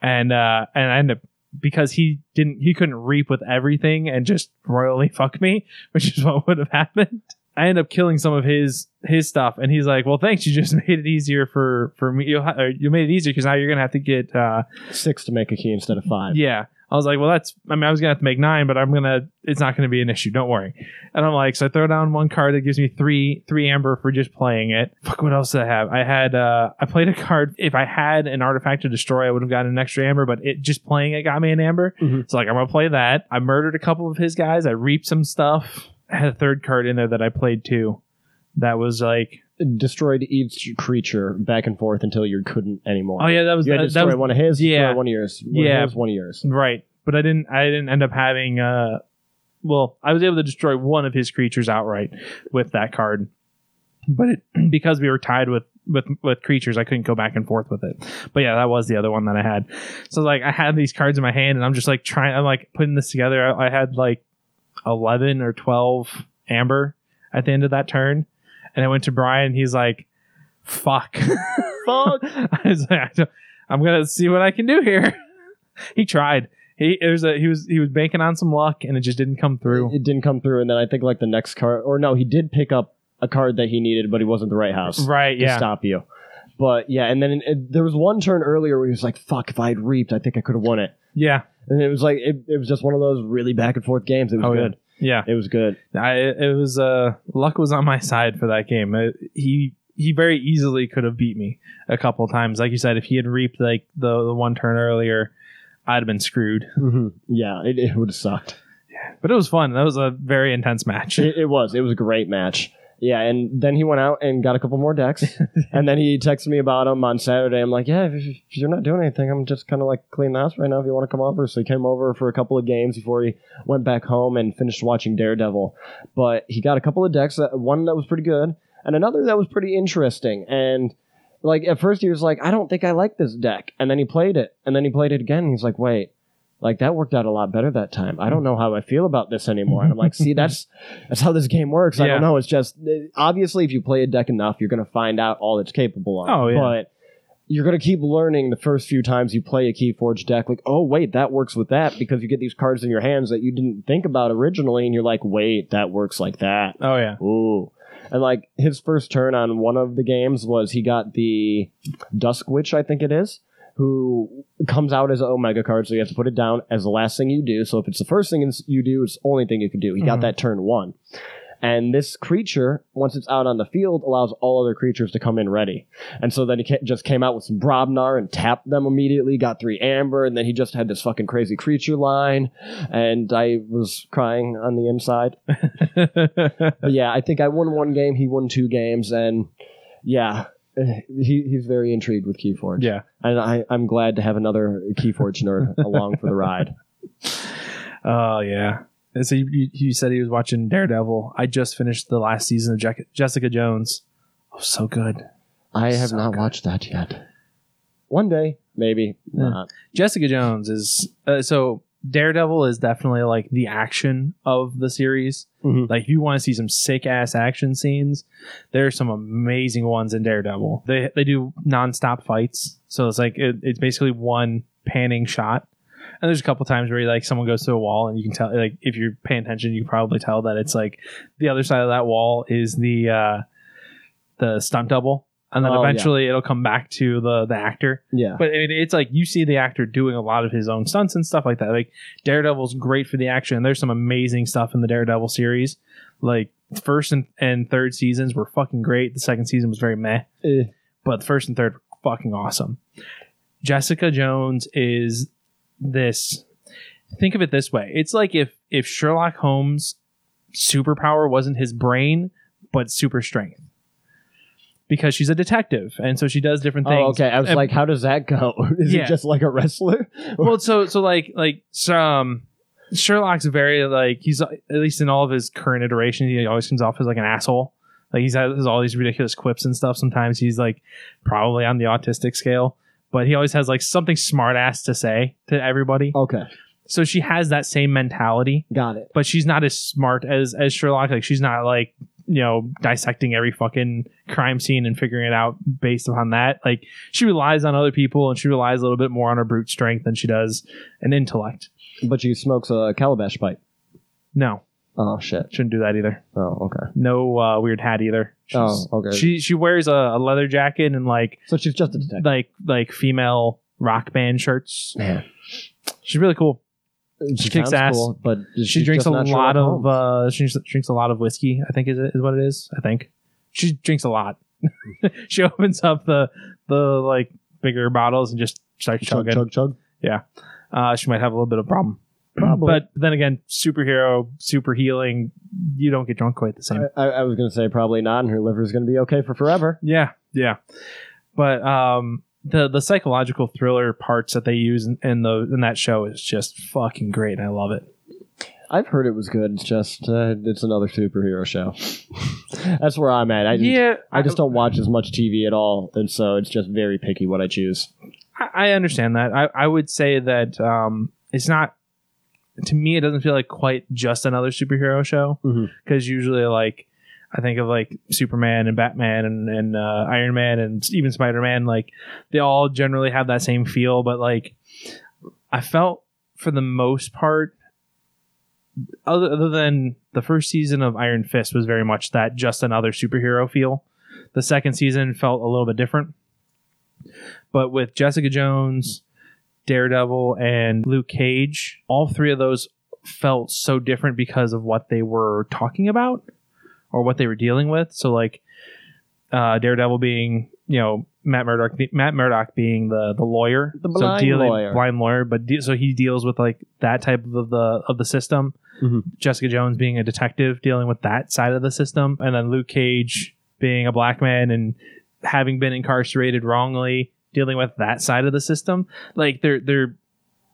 Speaker 2: and uh, and I ended up because he didn't he couldn't reap with everything and just royally [laughs] fuck me, which is what would have happened. I end up killing some of his his stuff, and he's like, "Well, thanks. You just [laughs] made it easier for for me. You'll ha- or you made it easier because now you're gonna have to get uh,
Speaker 1: Six to make a key instead of five.
Speaker 2: yeah. I was like, well, that's. I mean, I was gonna have to make nine, but I'm gonna. It's not gonna be an issue. Don't worry. And I'm like, so I throw down one card that gives me three, three amber for just playing it. Fuck, what else did I have? I had. uh I played a card. If I had an artifact to destroy, I would have gotten an extra amber. But it just playing it got me an amber.
Speaker 1: Mhm.
Speaker 2: So like, I'm gonna play that. I murdered a couple of his guys. I reaped some stuff. I had a third card in there that I played too. That was like,
Speaker 1: Destroyed each creature back and forth until you couldn't anymore.
Speaker 2: oh yeah, that was
Speaker 1: You had to
Speaker 2: that, that
Speaker 1: destroy
Speaker 2: was
Speaker 1: one of his,
Speaker 2: yeah.
Speaker 1: yeah. one of yours. One
Speaker 2: Yeah.
Speaker 1: of his, one of yours.
Speaker 2: right. but I didn't. I didn't end up having. Uh, well, I was able to destroy one of his creatures outright with that card, but it, [clears throat] because we were tied with with with creatures, I couldn't go back and forth with it. But yeah, that was the other one that I had. So like, I had these cards in my hand, and I'm just like trying. I'm like putting this together. I, I had like eleven or twelve amber at the end of that turn, and I went to Brian. and He's like, "Fuck." [laughs]
Speaker 1: Fuck.
Speaker 2: I was like, I don't- I'm gonna see what I can do here. [laughs] he tried. He it was a, he was he was banking on some luck, and it just didn't come through.
Speaker 1: It didn't come through, and then I think like the next card, or no, he did pick up a card that he needed, but he wasn't the right house
Speaker 2: Right?
Speaker 1: to
Speaker 2: Yeah.
Speaker 1: stop you. But yeah, and then it, there was one turn earlier where he was like, "Fuck! If I had reaped, I think I could have won it."
Speaker 2: Yeah.
Speaker 1: And it was like it, it was just one of those really back and forth games. It was
Speaker 2: Oh, yeah.
Speaker 1: good.
Speaker 2: Yeah.
Speaker 1: It was good.
Speaker 2: I, it was uh luck was on my side for that game. Uh he he very easily could have beat me a couple times. Like you said, if he had reaped like the, the one turn earlier, I'd have been screwed.
Speaker 1: Yeah, it, it would have sucked.
Speaker 2: But it was fun. That was a very intense match.
Speaker 1: It, it was. It was a great match. Yeah, and then he went out and got a couple more decks, and then he texted me about them on Saturday. I'm like, yeah, if, if you're not doing anything, I'm just kind of like cleaning the house right now. If you want to come over, so he came over for a couple of games before he went back home and finished watching Daredevil. But he got a couple of decks, that, one that was pretty good, and another that was pretty interesting. And like at first he was like, I don't think I like this deck, and then he played it, and then he played it again. And he's like, wait. Like that worked out a lot better that time. I don't know how I feel about this anymore. And I'm like, see, that's [laughs] that's how this game works. I
Speaker 2: Yeah.
Speaker 1: don't know. It's just obviously if you play a deck enough, you're going to find out all it's capable of.
Speaker 2: Oh, yeah.
Speaker 1: But you're going to keep learning the first few times you play a Keyforge deck. Like, oh wait, that works with that because you get these cards in your hands that you didn't think about originally, and you're like, wait, that works like that.
Speaker 2: [laughs] Oh yeah. [laughs]
Speaker 1: Ooh. And like his first turn on one of the games was he got the Dusk Witch, I think it is, who comes out as an Omega card, so you have to put it down as the last thing you do. So if it's the first thing you do, it's the only thing you can do. He got
Speaker 2: Mhm.
Speaker 1: that turn one. And this creature, once it's out on the field, allows all other creatures to come in ready. And so then he ca- just came out with some Brobnar and tapped them immediately, got three Amber, and then he just had this fucking crazy creature line. And I was crying on the inside. But yeah, I think I won one game. He won two games, and yeah, eh, he, he's very intrigued with Keyforge.
Speaker 2: yeah.
Speaker 1: and I, I'm glad to have another Keyforge
Speaker 2: [laughs]
Speaker 1: nerd along for the ride.
Speaker 2: Oh yeah. And so you, you, you said he was watching Daredevil. I just finished the last season of Jack- Jessica Jones. Oh, so good.
Speaker 1: I have
Speaker 2: So
Speaker 1: not
Speaker 2: good.
Speaker 1: watched that yet. One day, maybe. Uh,
Speaker 2: Yeah.
Speaker 1: Not.
Speaker 2: Jessica Jones is uh, so Daredevil is definitely like the action of the series.
Speaker 1: Mhm.
Speaker 2: Like if you want to see some sick ass action scenes, there are some amazing ones in Daredevil. They they do nonstop fights, so it's like it, it's basically one panning shot. And there's a couple times where like someone goes to a wall and you can tell like if you're paying attention, you can probably tell that it's like the other side of that wall is the uh the stunt double. And then
Speaker 1: Oh, yeah.
Speaker 2: eventually it'll come back to the the actor
Speaker 1: Yeah.
Speaker 2: [laughs] but I mean, it's like you see the actor doing a lot of his own stunts and stuff like that. Like Daredevil's great for the action. There's some amazing stuff in the Daredevil series. Like first and, and third seasons were fucking great. The second season was very meh,
Speaker 1: Eh.
Speaker 2: but the first and third were fucking awesome. Jessica Jones is this. Think of it this way: it's like if if Sherlock Holmes' superpower wasn't his brain, but super strength. Because she's a detective, and so she does different things
Speaker 1: Oh, okay. I was
Speaker 2: Um,
Speaker 1: like, how does that go? [laughs] Is
Speaker 2: Yeah.
Speaker 1: it just like a wrestler?
Speaker 2: well, so so like like some Sherlock's very like he's at least in all of his current iterations, he always comes off as like an asshole. Like he's has all these ridiculous quips and stuff. Sometimes he's like probably on the autistic scale, but he always has like something smart ass to say to everybody.
Speaker 1: Okay.
Speaker 2: So she has that same mentality,
Speaker 1: Got it.
Speaker 2: but she's not as smart as as Sherlock. Like she's not like you know dissecting every fucking crime scene and figuring it out based upon that. Like she relies on other people and she relies a little bit more on her brute strength than she does an intellect.
Speaker 1: But she smokes a calabash pipe.
Speaker 2: No,
Speaker 1: Oh, shit.
Speaker 2: shouldn't do that either.
Speaker 1: Oh, okay.
Speaker 2: No uh, weird hat either. She's-
Speaker 1: oh, okay.
Speaker 2: She she wears a, a leather jacket and like
Speaker 1: so she's just a detective.
Speaker 2: like like female rock band shirts.
Speaker 1: Man.
Speaker 2: She's really cool.
Speaker 1: She,
Speaker 2: kicks
Speaker 1: sounds
Speaker 2: ass.
Speaker 1: cool, but
Speaker 2: she
Speaker 1: she's
Speaker 2: drinks
Speaker 1: just
Speaker 2: a
Speaker 1: not
Speaker 2: lot
Speaker 1: Sherlock
Speaker 2: of
Speaker 1: Holmes.
Speaker 2: uh she drinks- drinks a lot of whiskey i think is is what it is i think she drinks a lot [laughs] she opens up the the like bigger bottles and just starts
Speaker 1: chug,
Speaker 2: chugging
Speaker 1: chug, chug.
Speaker 2: uh she might have a little bit of problem
Speaker 1: Probably.
Speaker 2: [clears throat] but then again superhero super healing you don't get drunk quite the same
Speaker 1: I, I was going to say probably not, and her liver's going to be okay for forever.
Speaker 2: yeah yeah but um the the psychological thriller parts that they use in, in the in that show is just fucking great, and I love it.
Speaker 1: I've heard it was good. It's just uh, it's another superhero show. [laughs] That's where I'm at. I
Speaker 2: yeah,
Speaker 1: I just don't watch as much TV at all, and so it's just very picky what I choose.
Speaker 2: I, I understand that. I, I would say that um, it's not to me. It doesn't feel like quite just another superhero show
Speaker 1: Mhm.
Speaker 2: because usually like I think of like Superman and Batman and and uh, Iron Man and even Spider Man. Like they all generally have that same feel, but like I felt for the most part. Other, other than the first season of Iron Fist was very much that just another superhero feel. The second season felt a little bit different. But with Jessica Jones, Daredevil, and Luke Cage, all three of those felt so different because of what they were talking about or what they were dealing with. So like uh, Daredevil being, you know, Matt Murdock, Matt Murdock being the the lawyer,
Speaker 1: The blind
Speaker 2: so dealing,
Speaker 1: lawyer.
Speaker 2: blind lawyer, but de- so he deals with like that type of the of the system.
Speaker 1: Mhm.
Speaker 2: Jessica Jones being a detective dealing with that side of the system, and then Luke Cage being a black man and having been incarcerated wrongly dealing with that side of the system. Like they're they're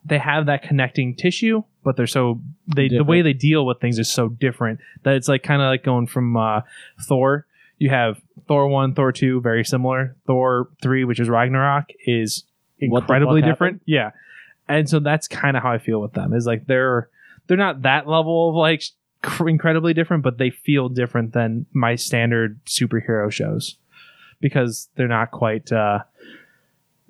Speaker 2: they have that connecting tissue, but they're so they the way
Speaker 1: Different.
Speaker 2: they deal with things is so different that it's like kind of like going from uh, Thor. You have Thor one, Thor two, very similar. Thor three, which is Ragnarok, is
Speaker 1: What the
Speaker 2: incredibly
Speaker 1: fuck
Speaker 2: different. Yeah, and so that's kind of how I feel with them. Is like they're they're not that level of like cr- incredibly different, but they feel different than my standard superhero shows because they're not quite uh,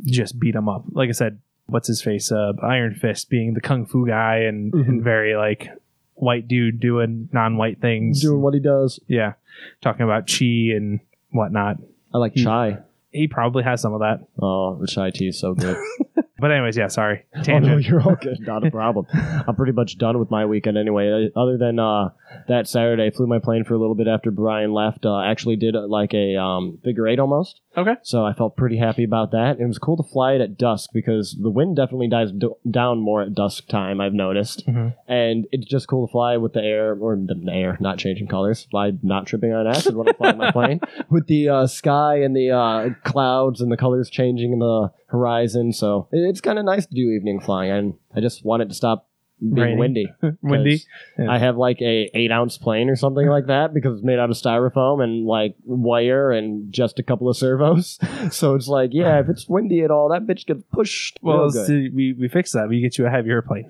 Speaker 2: just beat them up. Like I said, what's his face? Uh, Iron Fist being the kung fu guy and,
Speaker 1: Mhm.
Speaker 2: and very like white dude doing non-white things.
Speaker 1: Doing what he does.
Speaker 2: Yeah, talking about chi and whatnot.
Speaker 1: I like
Speaker 2: Hmm.
Speaker 1: chai.
Speaker 2: He probably has some of that.
Speaker 1: Oh, the chai tea is so good.
Speaker 2: But anyways, yeah. Sorry,
Speaker 1: [laughs] Oh,
Speaker 2: tangent.
Speaker 1: no, you're all good. Not a problem. I'm pretty much done with my weekend anyway. Uh, Other than uh, that Saturday, I flew my plane for a little bit after Brian left. Uh, actually, did uh, like a um, figure eight almost.
Speaker 2: Okay.
Speaker 1: So I felt pretty happy about that. It was cool to fly it at dusk because the wind definitely dies d- down more at dusk time. I've noticed,
Speaker 2: Mhm.
Speaker 1: and it's just cool to fly with the air or the air not changing colors. Fly not tripping on acid when I fly
Speaker 2: [laughs]
Speaker 1: my plane with the uh, sky and the uh, clouds and the colors changing in the horizon. So it- it's kind of nice to do evening flying, and I just want it to stop being
Speaker 2: Raining.
Speaker 1: windy. 'cause
Speaker 2: [laughs] Windy. Yeah.
Speaker 1: I have like a eight ounce plane or something like that because it's made out of styrofoam and like wire and just a couple of servos. [laughs] So it's like, yeah, if it's windy at all, that bitch gets pushed. real
Speaker 2: Well,
Speaker 1: good.
Speaker 2: see, we we fixed that. We get you a heavier plane.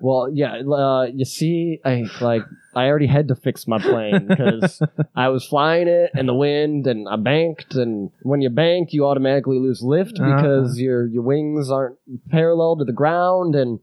Speaker 1: Well, yeah, uh, you see, I like I already had to fix my plane because I was flying it and the wind, and I banked, and when you bank, you automatically lose lift because your your wings aren't parallel to the ground, and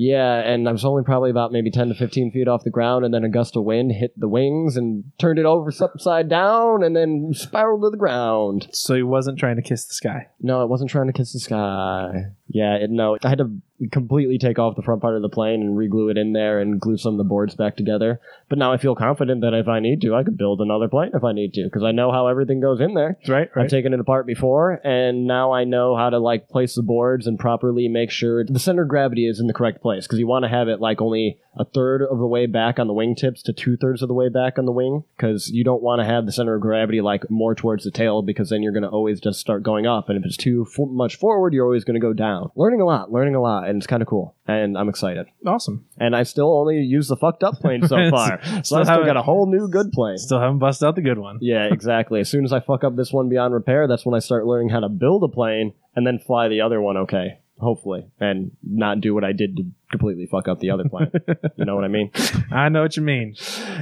Speaker 1: yeah, and I was only probably about maybe ten to fifteen feet off the ground, and then a gust of wind hit the wings and turned it over upside down, and then spiraled to the ground.
Speaker 2: So he wasn't trying to kiss the sky.
Speaker 1: No, I wasn't trying to kiss the sky. Yeah, it, no, I had to completely take off the front part of the plane and re-glue it in there and glue some of the boards back together. But now I feel confident that if I need to, I could build another plane if I need to because I know how everything goes in there.
Speaker 2: Right.
Speaker 1: I've taken it apart before, and now I know how to like place the boards and properly make sure the center of gravity is in the correct place because you want to have it like only a third of the way back on the wingtips to two thirds of the way back on the wing because you don't want to have the center of gravity like more towards the tail because then you're going to always just start going up, and if it's too f- much forward, you're always going to go down. Learning a lot, learning a lot, and it's kind of cool, and I'm excited.
Speaker 2: Awesome.
Speaker 1: And I still only use the fucked up plane
Speaker 2: [laughs]
Speaker 1: so
Speaker 2: It's-
Speaker 1: far, so I
Speaker 2: still
Speaker 1: still
Speaker 2: haven't-
Speaker 1: got a whole new good plane.
Speaker 2: Still haven't busted out the good one.
Speaker 1: Yeah, exactly. As soon as I fuck up this one beyond repair, that's when I start learning how to build a plane and then fly the other one okay, hopefully, and not do what I did to completely fuck up the other plane. you know what I
Speaker 2: [laughs]
Speaker 1: mean?
Speaker 2: I know what you mean.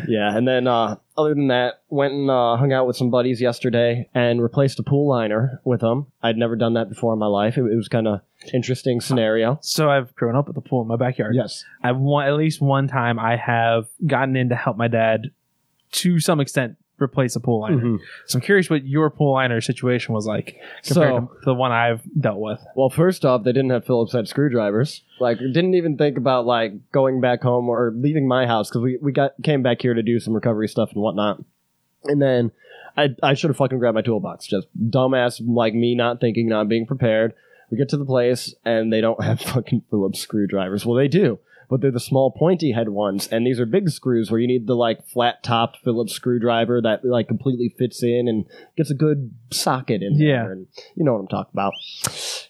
Speaker 1: Yeah, and then uh, other than that, went and uh, hung out with some buddies yesterday and replaced a pool liner with them. I'd never done that before in my life. It, it was kind of interesting scenario.
Speaker 2: So I've grown up with a pool in my backyard.
Speaker 1: Yes.
Speaker 2: I've one, at least one time I have gotten in to help my dad to some extent replace a pool liner.
Speaker 1: Mhm.
Speaker 2: So I'm curious what your pool liner situation was like compared
Speaker 1: So,
Speaker 2: to the one I've dealt with.
Speaker 1: Well, first off, they didn't have Phillips head screwdrivers. Like, didn't even think about like going back home or leaving my house because we, we got came back here to do some recovery stuff and whatnot. And then I I should have fucking grabbed my toolbox. Just dumbass like me not thinking, not being prepared. We get to the place and they don't have [laughs] fucking Phillips screwdrivers. Well, they do, but they're the small pointy head ones, and these are big screws where you need the like flat topped Phillips screwdriver that like completely fits in and gets a good socket in
Speaker 2: Yeah.
Speaker 1: there. And you know what I'm talking about.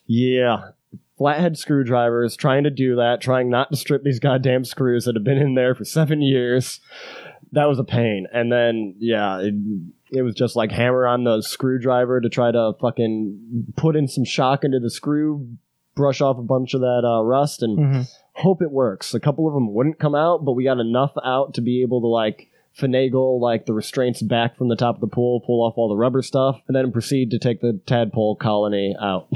Speaker 1: Yeah. Flathead screwdrivers, trying to do that, trying not to strip these goddamn screws that have been in there for seven years. That was a pain. And then, yeah, it, it was just like hammer on the screwdriver to try to fucking put in some shock into the screw, brush off a bunch of that uh, rust, and
Speaker 2: Mhm.
Speaker 1: hope it works. A couple of them wouldn't come out, but we got enough out to be able to like finagle like the restraints back from the top of the pool, pull off all the rubber stuff, and then proceed to take the tadpole colony
Speaker 2: [laughs]
Speaker 1: out.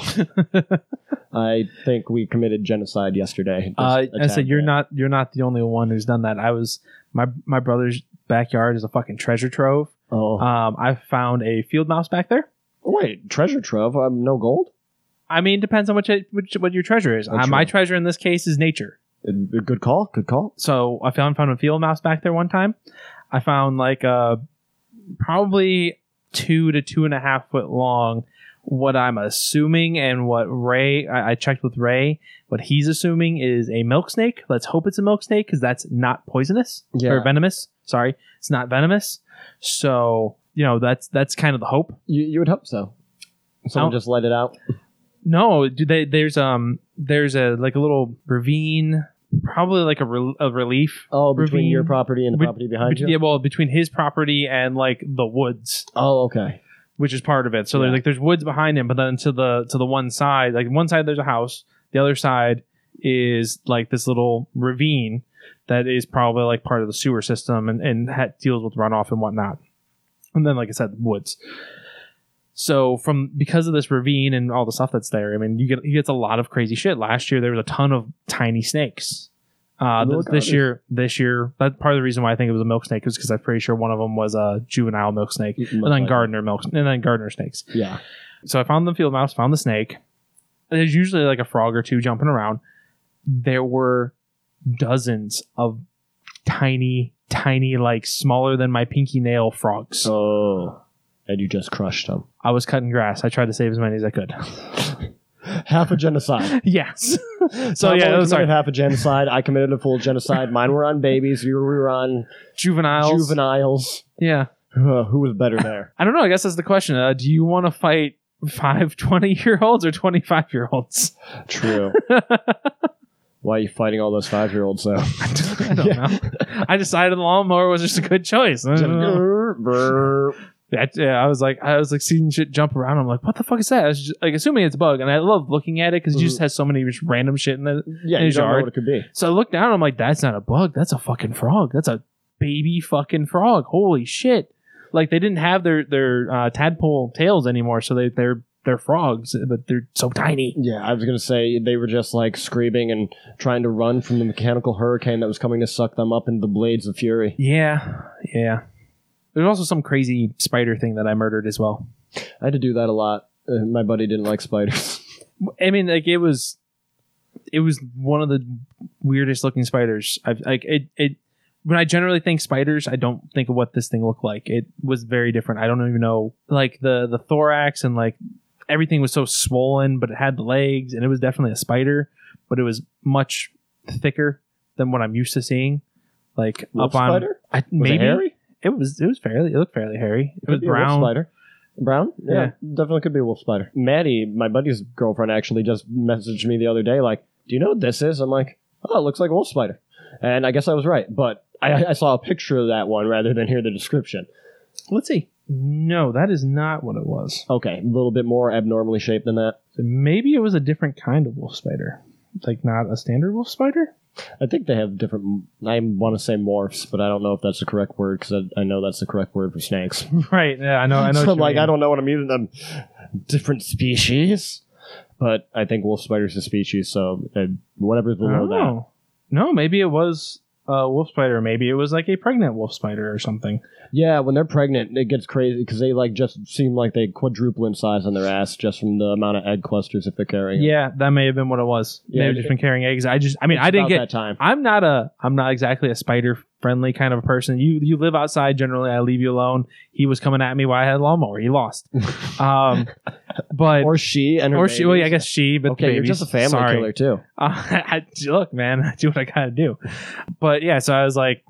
Speaker 1: I think we committed genocide yesterday.
Speaker 2: Uh,
Speaker 1: Just
Speaker 2: I said
Speaker 1: attacked
Speaker 2: you're
Speaker 1: that.
Speaker 2: not you're not the only one who's done that. I was my my brother's backyard is a fucking treasure trove.
Speaker 1: Oh
Speaker 2: Um, I found a field mouse back there.
Speaker 1: wait, treasure trove. Um, no gold.
Speaker 2: I mean, depends on what you, which, what your treasure is.
Speaker 1: Oh,
Speaker 2: Uh,
Speaker 1: true.
Speaker 2: my treasure in this case is nature.
Speaker 1: Uh, Good call. Good call.
Speaker 2: So I found found a field mouse back there one time. I found like a probably two to two and a half foot long. What I'm assuming and what Ray, I, I checked with Ray, what he's assuming is a milk snake. Let's hope it's a milk snake because that's not poisonous or
Speaker 1: Yeah.
Speaker 2: venomous. Sorry, it's not venomous. So you know that's that's kind of the hope.
Speaker 1: You, you would hope so. Someone
Speaker 2: I'll-
Speaker 1: just let it out.
Speaker 2: No, do they? There's um, there's a like a little ravine, probably like a, rel a relief.
Speaker 1: Oh, between
Speaker 2: Ravine.
Speaker 1: your property and the
Speaker 2: Would-
Speaker 1: property behind you.
Speaker 2: Yeah, well, between his property and like the woods,
Speaker 1: Oh, okay.
Speaker 2: which is part of it. So
Speaker 1: Yeah.
Speaker 2: there's like there's woods behind him, but then to the to the one side, like one side there's a house, the other side is like this little ravine that is probably like part of the sewer system and and ha- deals with runoff and whatnot. And then, like I said, woods. So from because of this ravine and all the stuff that's there, I mean, you get he gets a lot of crazy shit. Last year there was a ton of tiny snakes. Uh,
Speaker 1: The
Speaker 2: th-
Speaker 1: look
Speaker 2: this
Speaker 1: out.
Speaker 2: year, this year, that part of the reason why I think it was a milk snake is because I'm pretty sure one of them was a juvenile milk snake and then gardener milk and then gardener snakes.
Speaker 1: Yeah.
Speaker 2: So I found the field mouse, found the snake. There's usually like a frog or two jumping around. There were dozens of tiny, tiny, like smaller than my pinky nail frogs.
Speaker 1: Oh, and you just crushed them.
Speaker 2: I was cutting grass. I tried to save as many as I could. [laughs]
Speaker 1: Half a [laughs] genocide.
Speaker 2: yes. so
Speaker 1: Tom
Speaker 2: yeah,
Speaker 1: only
Speaker 2: that
Speaker 1: committed
Speaker 2: was sorry.
Speaker 1: half a genocide. I committed a full genocide. Mine were on babies. You were on
Speaker 2: Juveniles.
Speaker 1: juveniles.
Speaker 2: Yeah.
Speaker 1: Uh, who was better
Speaker 2: [laughs]
Speaker 1: there?
Speaker 2: I don't know. I guess that's the question. Uh, do you want to fight five [laughs] 20 year olds or 25 year olds?
Speaker 1: True. Why are you fighting all those five year olds though?
Speaker 2: [laughs] I don't, [laughs] I don't know. I decided the lawnmower was just a good choice. I don't know. I, yeah, I was like, I was like seeing shit jump around. I'm like, what the fuck is that? I was just, like assuming it's a bug, and I love looking at it because it just has so many just random shit in it.
Speaker 1: yeah, you
Speaker 2: His
Speaker 1: don't know
Speaker 2: yard.
Speaker 1: what it could be.
Speaker 2: So I look down. I'm like, that's not a bug. That's a fucking frog. That's a baby fucking frog. Holy shit! Like they didn't have their their uh, tadpole tails anymore, so they they're they're frogs, but they're so tiny.
Speaker 1: Yeah, I was gonna say they were just like screaming and trying to run from the mechanical hurricane that was coming to suck them up into the blades of fury.
Speaker 2: Yeah, yeah. There's also some crazy spider thing that I murdered as well.
Speaker 1: I had to do that a lot. Uh, my buddy didn't like spiders.
Speaker 2: I mean, like it was, it was one of the weirdest looking spiders. I've like it. It when I generally think spiders, I don't think of what this thing looked like. It was very different. I don't even know, like the the thorax and like everything was so swollen, but it had the legs, and it was definitely a spider, but it was much thicker than what I'm used to seeing. Like
Speaker 1: Wolf
Speaker 2: up on,
Speaker 1: spider?
Speaker 2: I,
Speaker 1: Was it
Speaker 2: maybe
Speaker 1: hairy?
Speaker 2: it was it was fairly it looked fairly hairy. It,
Speaker 1: Could
Speaker 2: was
Speaker 1: be a wolf
Speaker 2: brown.
Speaker 1: spider. Brown? Yeah,
Speaker 2: Yeah.
Speaker 1: definitely could be a wolf spider. Maddie, my buddy's girlfriend, actually just messaged me the other day, like, "Do you know what this is?" I'm like, "Oh, it looks like a wolf spider," and I guess I was right, but I, I saw a picture of that one rather than hear the description.
Speaker 2: Let's see. No, that is not what it was.
Speaker 1: Okay, a little bit more abnormally shaped than that.
Speaker 2: So maybe it was a different kind of wolf spider, like not a standard wolf spider.
Speaker 1: I think they have different. I want to say morphs, but I don't know if that's the correct word because I, I know that's the correct word for snakes.
Speaker 2: [laughs] Right. Yeah, I know. I
Speaker 1: [laughs]
Speaker 2: know.
Speaker 1: so
Speaker 2: what
Speaker 1: I'm
Speaker 2: you
Speaker 1: like,
Speaker 2: mean.
Speaker 1: I don't know what I'm using them. Different species, but I think wolf spider's a species, so uh, whatever's below that.
Speaker 2: Oh. No, maybe it was a wolf spider. Maybe it was like a pregnant wolf spider or something.
Speaker 1: Yeah, when they're pregnant, it gets crazy because they like just seem like they quadruple in size on their ass just from the amount of egg clusters that they're carrying.
Speaker 2: Yeah, that may have been what it was.
Speaker 1: Yeah,
Speaker 2: Maybe
Speaker 1: it-
Speaker 2: just been carrying eggs. I just, I mean, I didn't
Speaker 1: About
Speaker 2: get.
Speaker 1: that time.
Speaker 2: I'm not a. I'm not exactly a spider friendly kind of person. You you
Speaker 1: [laughs]
Speaker 2: live outside generally. I leave you alone. He was coming at me while I had a lawnmower. He lost. Um, but or,
Speaker 1: or she and her
Speaker 2: she, well, yeah, I
Speaker 1: babies.
Speaker 2: guess she, but
Speaker 1: okay,
Speaker 2: the
Speaker 1: you're
Speaker 2: babies.
Speaker 1: just a family
Speaker 2: Sorry.
Speaker 1: killer too.
Speaker 2: Uh, [laughs] I, look, man, [laughs] I do what I gotta do. But yeah, so I was like,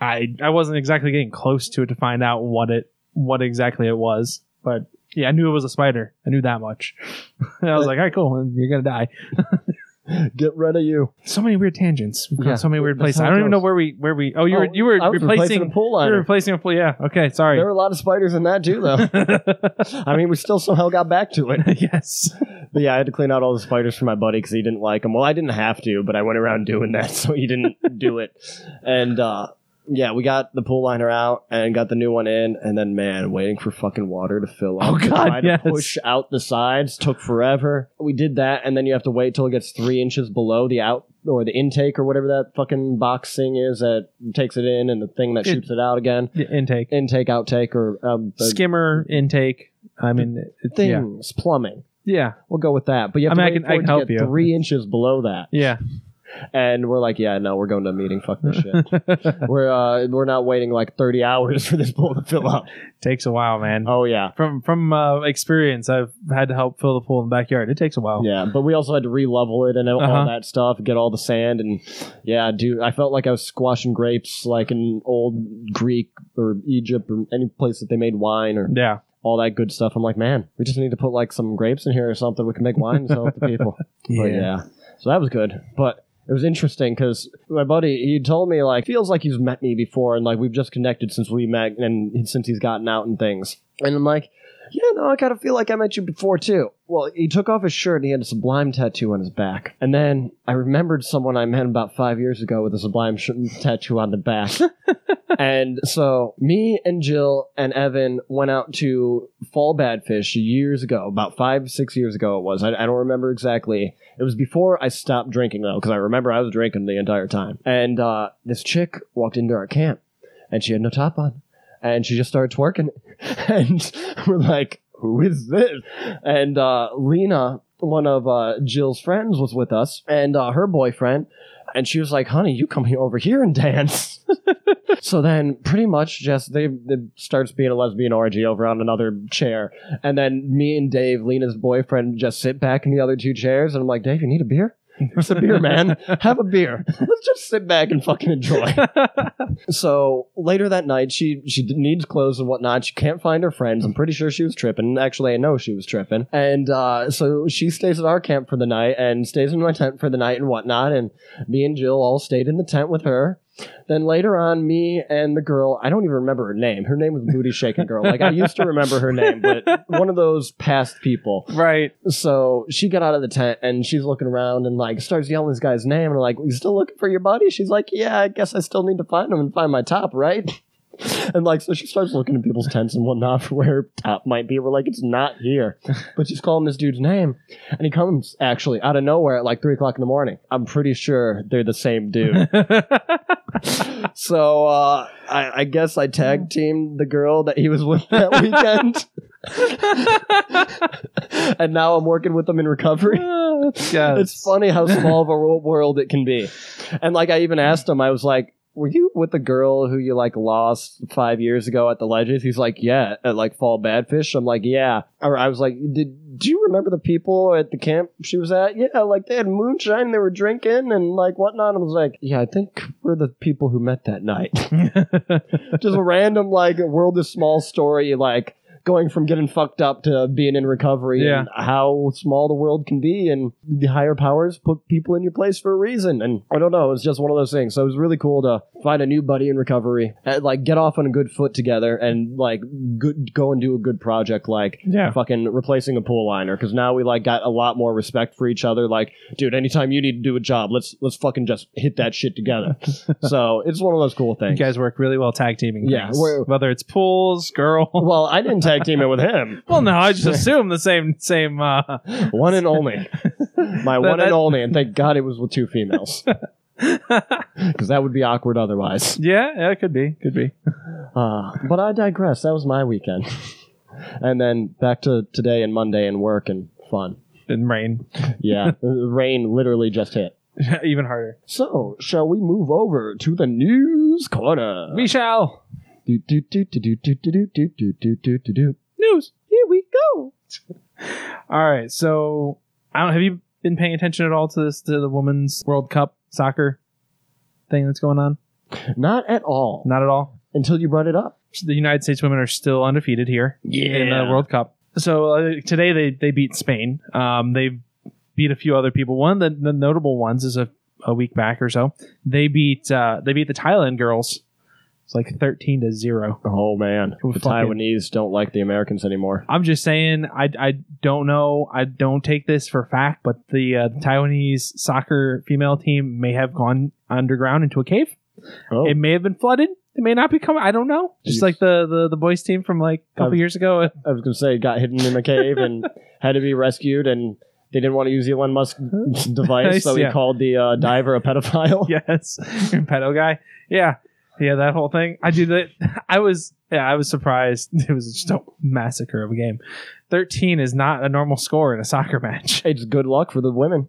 Speaker 2: I I wasn't exactly getting close to it to find out what it what exactly it was, but yeah, I knew it was a spider. I knew that much. [laughs] and I was like, all right, cool, you're gonna die.
Speaker 1: Get rid of you.
Speaker 2: So many weird tangents. We've gone
Speaker 1: Yeah,
Speaker 2: so many weird
Speaker 1: that's
Speaker 2: places.
Speaker 1: how
Speaker 2: I
Speaker 1: it
Speaker 2: don't even know
Speaker 1: goes.
Speaker 2: where we where we. Oh, you were
Speaker 1: Oh,
Speaker 2: you were
Speaker 1: I was
Speaker 2: replacing.
Speaker 1: a pool
Speaker 2: you were
Speaker 1: liner.
Speaker 2: replacing a pool. Yeah. Okay. Sorry.
Speaker 1: There were a lot of spiders in that too,
Speaker 2: [laughs]
Speaker 1: though. I mean, we still somehow got back to it.
Speaker 2: yes.
Speaker 1: But yeah, I had to clean out all the spiders for my buddy because he didn't like them. Well, I didn't have to, but I went around doing that, [laughs] so he didn't do it. And uh, yeah, we got the pool liner out and got the new one in, and then man, waiting for fucking water to fill up.
Speaker 2: Oh,
Speaker 1: to
Speaker 2: God,
Speaker 1: try to
Speaker 2: yes.
Speaker 1: push out the sides took forever. We did that, and then you have to wait till it gets three inches below the out or the intake or whatever that fucking box thing is that takes it in, and the thing that
Speaker 2: It-
Speaker 1: shoots it out again.
Speaker 2: The intake,
Speaker 1: Intake, outtake, or um, the
Speaker 2: skimmer intake. I mean, it, yeah.
Speaker 1: things, plumbing.
Speaker 2: Yeah.
Speaker 1: We'll go with that. But you have
Speaker 2: I mean,
Speaker 1: to wait
Speaker 2: I can-
Speaker 1: for
Speaker 2: I
Speaker 1: it
Speaker 2: can
Speaker 1: to
Speaker 2: help
Speaker 1: get
Speaker 2: you.
Speaker 1: three inches below that.
Speaker 2: Yeah.
Speaker 1: And we're like, yeah, no, we're going to a meeting. Fuck this
Speaker 2: [laughs]
Speaker 1: shit. we're uh, we're not waiting like 30 hours [laughs] for this pool to fill up.
Speaker 2: Takes a while, man.
Speaker 1: Oh yeah,
Speaker 2: From from uh, experience, I've had to help fill the pool in the backyard. It takes a while.
Speaker 1: yeah. But we also had to re-level it and
Speaker 2: Uh-huh.
Speaker 1: all that stuff, get all the sand and yeah, dude. I felt like I was squashing grapes like in old Greek or Egypt or any place that they made wine or
Speaker 2: Yeah.
Speaker 1: all that good stuff. I'm like, man, we just need to put like some grapes in here or something. We can make wine and sell
Speaker 2: [laughs]
Speaker 1: it to people. But yeah. So that was good. But it was interesting because my buddy, he told me, like, feels like he's met me before and, like, we've just connected since we met and since he's gotten out and things. And I'm like, yeah, no, I kind of feel like I met you before, too. Well, he took off his shirt and he had a Sublime tattoo on his back. And then I remembered someone I met about five years ago with a Sublime sh- tattoo on the back. and so me and Jill and Evan went out to Fall Bad Fish years ago, about five, six years ago it was. I, I don't remember exactly. It was before I stopped drinking, though, because I remember I was drinking the entire time. And uh, this chick walked into our camp and she had no top on. And she just started twerking. [laughs] And we're like, who is this? And uh, Lena, one of uh, Jill's friends, was with us and uh, her boyfriend. And she was like, honey, you come here over here and dance. [laughs] so then pretty much just they, they starts being a lesbian orgy over on another chair. And then me and Dave, Lena's boyfriend, just sit back in the other two chairs. And I'm like, Dave, you need a beer? There's a beer, [laughs] man. Have a beer. Let's just sit back and fucking enjoy. So later that night, she she needs clothes and whatnot. She can't find her friends. I'm pretty sure she was tripping. Actually, I know she was tripping. And uh, so she stays at our camp for the night and stays in my tent for the night and whatnot. And me and Jill all stayed in the tent with her. Then later on, me and the girl, I don't even remember her name. Her name was Booty Shaking Girl. Like, I used to remember her name, but one of those past people
Speaker 2: [laughs]
Speaker 1: [laughs]
Speaker 2: Right.
Speaker 1: so she got out of the tent and she's looking around and like starts yelling this guy's name and like, You still looking for your buddy? She's like, Yeah, I guess I still need to find him and find my top, right? [laughs] And like so she starts looking in people's tents and whatnot for where her top might be. We're like, it's not here. But she's calling this dude's name. And he comes actually out of nowhere at like three o'clock in the morning. I'm pretty sure they're the same dude so uh, I, I guess I tag teamed the girl that he was with [laughs] that weekend, and now I'm working with them in recovery.
Speaker 2: Yes.
Speaker 1: It's funny how small of a wor- world it can be, and like I even asked him, I was like, "Were you with the girl who you like lost five years ago at the ledges?" He's like, "Yeah," at like Fall Badfish. I'm like, "Yeah," or I was like, "Did do you remember the people at the camp she was at?" Yeah, like they had moonshine, they were drinking and like whatnot. I was like, "Yeah, I think we're the people who met that night." just a random like world is small story like going from getting fucked up to being in recovery
Speaker 2: Yeah.
Speaker 1: and how small the world can be and the higher powers put people in your place for a reason and i don't know it's just one of those things so it was really cool to find a new buddy in recovery and like get off on a good foot together and like good go and do a good project like
Speaker 2: yeah.
Speaker 1: fucking replacing a pool liner because now we like got a lot more respect for each other like dude anytime you need to do a job let's let's fucking just hit that shit
Speaker 2: [laughs]
Speaker 1: together so it's one of those cool
Speaker 2: You
Speaker 1: things
Speaker 2: guys work really well tag teaming.
Speaker 1: Yeah,
Speaker 2: things.
Speaker 1: we're-
Speaker 2: Whether it's pools, girl.
Speaker 1: Well, I didn't tag team it with him.
Speaker 2: [laughs] Well, no, I just assume the same same. Uh,
Speaker 1: One and
Speaker 2: [laughs]
Speaker 1: only. My one
Speaker 2: that-
Speaker 1: and only. And thank God it was with two females.
Speaker 2: [laughs]
Speaker 1: Because that would be awkward otherwise.
Speaker 2: yeah, yeah, it could be, could be.
Speaker 1: Uh, but I digress. That was my weekend. and then back to today and Monday and work and fun.
Speaker 2: And rain, [laughs]
Speaker 1: Yeah. Rain literally just hit.
Speaker 2: even harder.
Speaker 1: So, shall we move over to the news corner?
Speaker 2: we shall
Speaker 1: Do, do, do, do, do, do, do, do, do, do, do, do, do.
Speaker 2: news.
Speaker 1: Here we go.
Speaker 2: All right, so I don't have you been paying attention at all to this to the women's World Cup soccer thing that's going on?
Speaker 1: Not at all.
Speaker 2: Not at all.
Speaker 1: Until you brought it up.
Speaker 2: The United States women are still undefeated here in the World Cup. So uh, today they they beat Spain. Um, they beat a few other people. One of the, the notable ones is a, a week back or so. They beat uh, they beat the Thailand girls. It's like thirteen to zero.
Speaker 1: Oh man,
Speaker 2: Who
Speaker 1: the
Speaker 2: fucking-
Speaker 1: Taiwanese don't like the Americans anymore.
Speaker 2: I'm just saying, I, I don't know. I don't take this for fact, but the uh, Taiwanese soccer female team may have gone underground into a cave.
Speaker 1: Oh,
Speaker 2: It may have been flooded. It may not be coming. I don't know. Just
Speaker 1: Jeez.
Speaker 2: like the, the, the boys team from like a couple
Speaker 1: Um,
Speaker 2: years ago.
Speaker 1: I was gonna say it got hidden in a cave
Speaker 2: [laughs]
Speaker 1: and had to be rescued, and they didn't want to use Elon Musk device, so he
Speaker 2: Yeah.
Speaker 1: called the uh, diver a pedophile.
Speaker 2: [laughs] yes, your pedo guy. Yeah, yeah, that whole thing. I did it. I was yeah, I was surprised. [laughs] It was just a massacre of a game. Thirteen is not a normal score in a soccer match.
Speaker 1: [laughs] It's good luck for the women.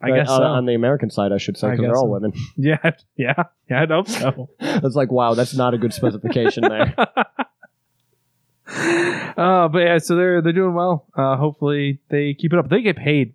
Speaker 2: I guess
Speaker 1: Uh,
Speaker 2: so.
Speaker 1: on the American side, I should say,
Speaker 2: I
Speaker 1: because
Speaker 2: guess
Speaker 1: they're all
Speaker 2: so. Oh.
Speaker 1: women.
Speaker 2: [laughs] yeah, yeah, yeah. I hope so.
Speaker 1: [laughs] It's like, wow, that's not a good specification
Speaker 2: [laughs]
Speaker 1: there.
Speaker 2: uh, but yeah, so they're they're doing well. Uh, hopefully they keep it up. They get paid